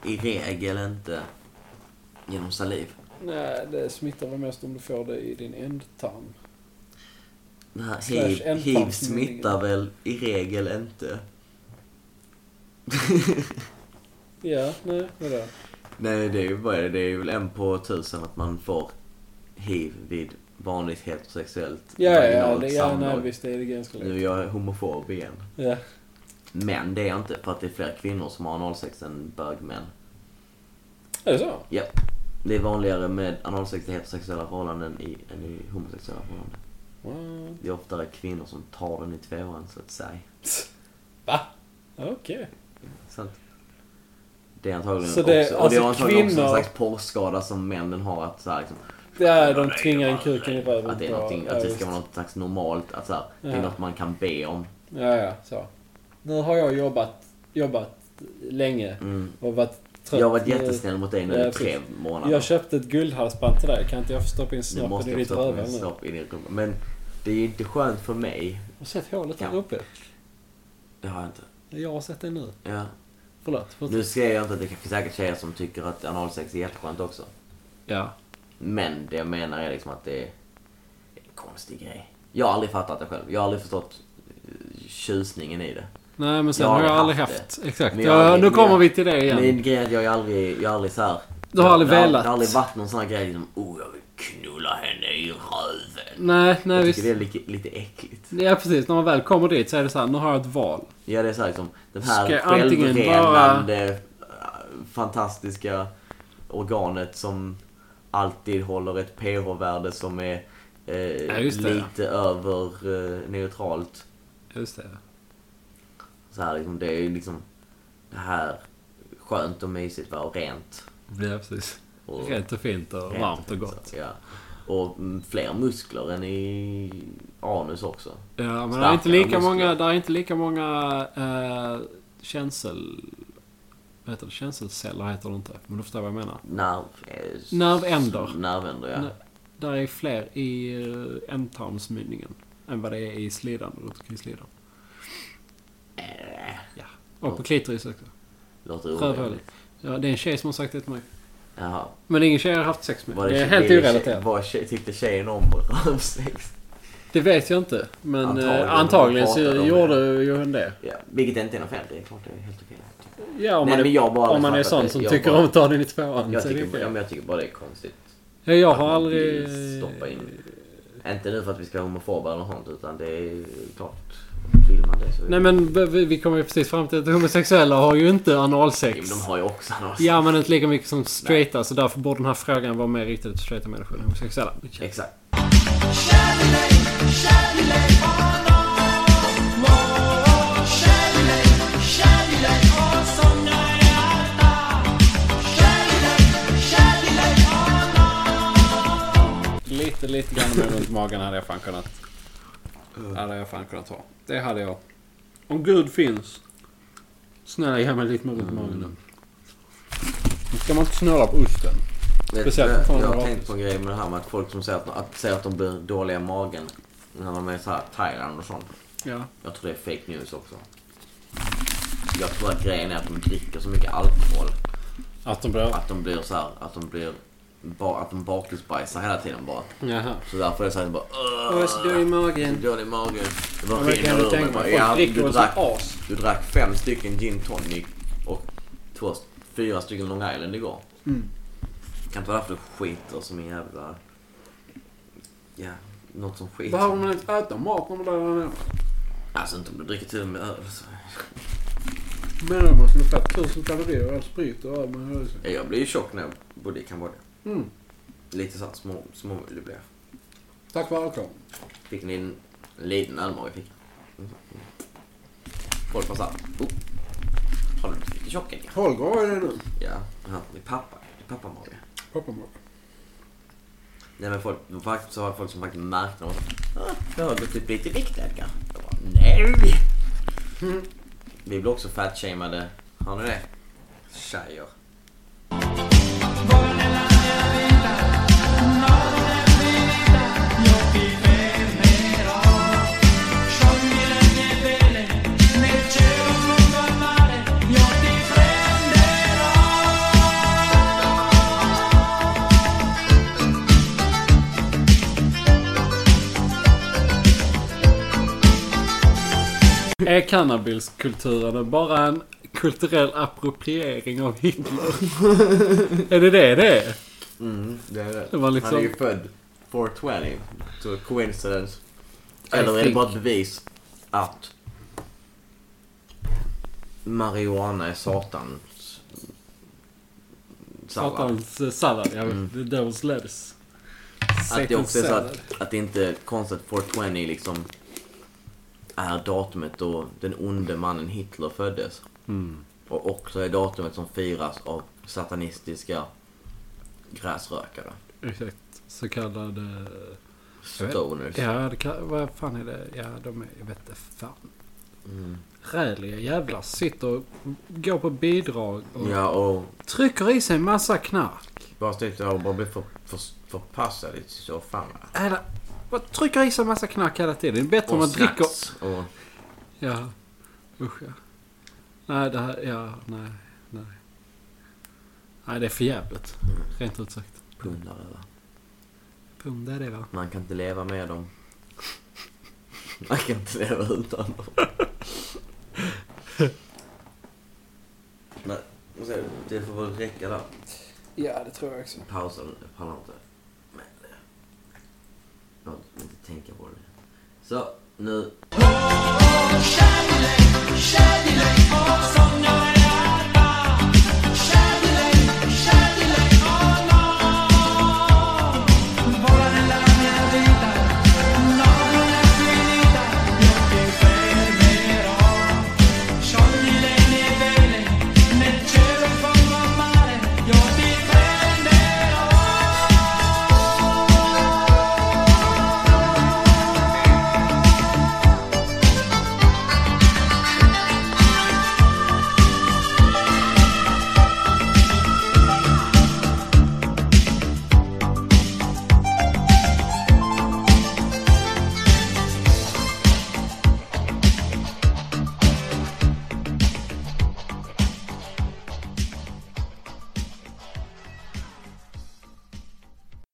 eh, i regel inte genom saliv. Nej, det smittar väl mest om du får det i din ändtarm. Det här Slash hiv, en hiv fast smittar väl i regel inte. Ja, nej, vadå? Nej, det är ju vad är det? Det är ju väl en på tusen att man får hiv vid vanligt heterosexuellt Ja, ja, ja, vaginalt det, ja nej, samlag. visst, det är det ganska Nu är lätt. jag homofob igen. Ja. Men det är jag inte för att det är fler kvinnor som har analsex än bögmän. Är det så? Ja. Det är vanligare med analsex i heterosexuella förhållanden i, än i homosexuella förhållanden. Wow. Det är oftare kvinnor som tar den i tvåan så att säga. Va? Okej. Sant. Det är antagligen Så det är också, och det alltså är antagligen också kvinnor- en slags porrskada som männen har att så här, liksom, Ja, de tvingar in kuken i röven att det är på- någonting, ja, att det visst. ska vara något slags normalt, att så här, det Ja. är något man kan be om. Ja, ja, så. Nu har jag jobbat, jobbat länge Mm. och varit trött. Jag har varit nu. eh, jättesnäll mot dig nu Ja, i tre månader. Jag köpte ett guldhalsband till dig. Kan inte jag få stoppa in Nu måste snoppen i jag ditt stoppa min rövhål nu? snopp in i rummet. Men det är ju inte skönt för mig. Har du sett hålet där Ja. uppe? Det har jag inte. Jag har sett det nu. Ja. Förlåt. fortsätt. Nu säger jag inte att det finns säkert tjejer som tycker att analsex är jätteskönt också. Ja. Men det jag menar är liksom att det är en konstig grej. Jag har aldrig fattat det själv. Jag har aldrig förstått eh, tjusningen i det. Nej men sen Jag har har jag aldrig aldrig haft. Exakt. Men Ja, jag har aldrig- nu kommer jag- vi till det igen. Min grej är att jag är aldrig, jag är aldrig så här. Du har aldrig det velat. Det har aldrig varit någon sån här grej som oh jag vill knulla henne i röven. Nej, nej jag visst. tycker det är lite, lite äckligt. Ja precis, när man väl kommer dit så är det så här, nu har jag ett val. Ja det är så här liksom, den här Ska antingen självrenande äh, fantastiska organet som alltid håller ett pH-värde som är eh, just det, ja. lite över eh, neutralt. Just det. Så här, liksom, det är ju liksom det här skönt och mysigt va, och rent. Ja, precis. Och, Rent och fint och rent varmt och fint, gott. så, Ja. Och mm, fler muskler än i anus också. Ja, men det är Starkare inte lika muskler. många, det är inte lika många eh, känsel... Vad heter det? Känselceller heter det inte. Men du förstår vad jag menar. Nerv, eh, s- Nervändar. Nervändar ja. Ner- Där är fler i eh, ändtarmsmynningen än vad det är i slidan, runt kring slidan. Ja. Och på klitoris också. Äh, Låter Rövhålet. orimligt. Ja, det är en tjej som har sagt det till mig. Jaha. Men ingen tjej har haft sex med. Var det är tje- helt det- orelaterat. Var tje, tyckte tjejen om rövsex? Det vet jag inte. Men antagligen, Antagligen. antagligen så Pratar de gjorde ju hon det. Ja, vilket inte är något fel, det är klart det är helt okej. Ja, om Nej, man, men är, jag bara om man fattar är att sån det- som jag tycker bara- om att ta den i tvåan. Jag, så är det tycker, okej. ja, men jag tycker bara det är konstigt. Ja, jag har att man vill aldrig... Stoppa in. Inte nu för att vi ska vara homofoba eller något sånt utan det är klart. Vill man det så... Nej men vi- vi kommer ju precis fram till att homosexuella har ju inte analsex. De har ju också annars. Ja men inte lika mycket som straighta så därför borde den här frågan vara mer riktad till straighta människor än homosexuella. Exakt. oh oh, oh Lite, lite grann mer runt magen hade jag fan kunnat... Hade jag fan kunnat ha. Det hade jag. Om Gud finns. Snälla ge mig lite mer runt magen nu. Nu ska man inte snurra på osten. Vet du, Speciellt jag- från jag har gratis. tänkt på en grej med det här med att folk som säger att, att, säger att de blir dåliga i magen när de är så här Thailand och sånt. Ja. Jag tror det är fake news också. Jag tror att grejen är att de dricker så mycket alkohol Att de blir... att de blir så här, att de blir ba, att de bakisbajsar hela tiden bara. Jaha. Så därför är det såhär bara "Åh, i magen. dålig mage. Det bara Ja, men kan rinner du ur mig tänka bara. dig? Ja, Folk du, dricker som drack, as. du drack fem stycken gin tonic och två, fyra stycken Long Island igår. Kan inte vara därför du skiter som en jävla... Ja, något som skiter. Behöver man inte äta mat när man blir där nere? Alltså inte om du dricker till med öl. alltså. Så. Menar du man skulle få tusen kalorier och all sprit och öl man hade i sig? Ja, Jag blev ju tjock när jag bodde i Kambodja. Mm. Lite såhär små, små det blev. Tack vare alkohol. Fick ni en liten ölmage? Fick. Folk var såhär, oh, har du blivit lite tjock Edgar? Holger har ju det nu. Ja, ja, det är pappa. Det är pappamage. Poppenbock. Nej men folk, faktiskt så var det folk som faktiskt märkte något. Ah, jag har gått upp lite i vikt Edgar. Mm. Jag bara, nej! Vi blev också fatshamade. Har ni det? Tjejer. Är cannabiskulturen bara en kulturell appropriering av Hitler? är det det det är? Mm, det är Det var liksom- Han är ju född 420. Så coincidence. I Eller är det think- bara ett bevis att marijuana är satans sallad? Mm. Satans eh, sallad. Ja, The Devil's Lettuce. Att det också är så Sallad. att, att det inte är konstigt att 420 liksom är datumet då den onde mannen Hitler föddes. Mm. Och också är datumet som firas av satanistiska gräsrökare. Exakt. Så kallad... eh, Jag vet- Stoners. Ja, det kan, vad fan är det? Ja, de är... Jag vet inte fan. Mm. räliga jävlar sitter och går på bidrag och Ja, och trycker i sig massa knark. bara sitta och bara bli för, för, förpassad i soffan. va? Hela, och trycker i sig massa knark hela tiden. Det är bättre om man Och dricker... snacks och... Ja. Usch ja. Nej, det här... Ja, nej, nej. Nej, det är för jävligt. Mm. Rent ut sagt. Pundare va? Pum, det är det va? Man kan inte leva med dem. Man kan inte leva utan dem. Nej, vad säger du? det får väl räcka där. Ja, det tror jag också. Pausa nu, jag pallar inte. Men, eh, jag vill inte tänka på det. Så, nu. Kärlek, kärlek och sån jag är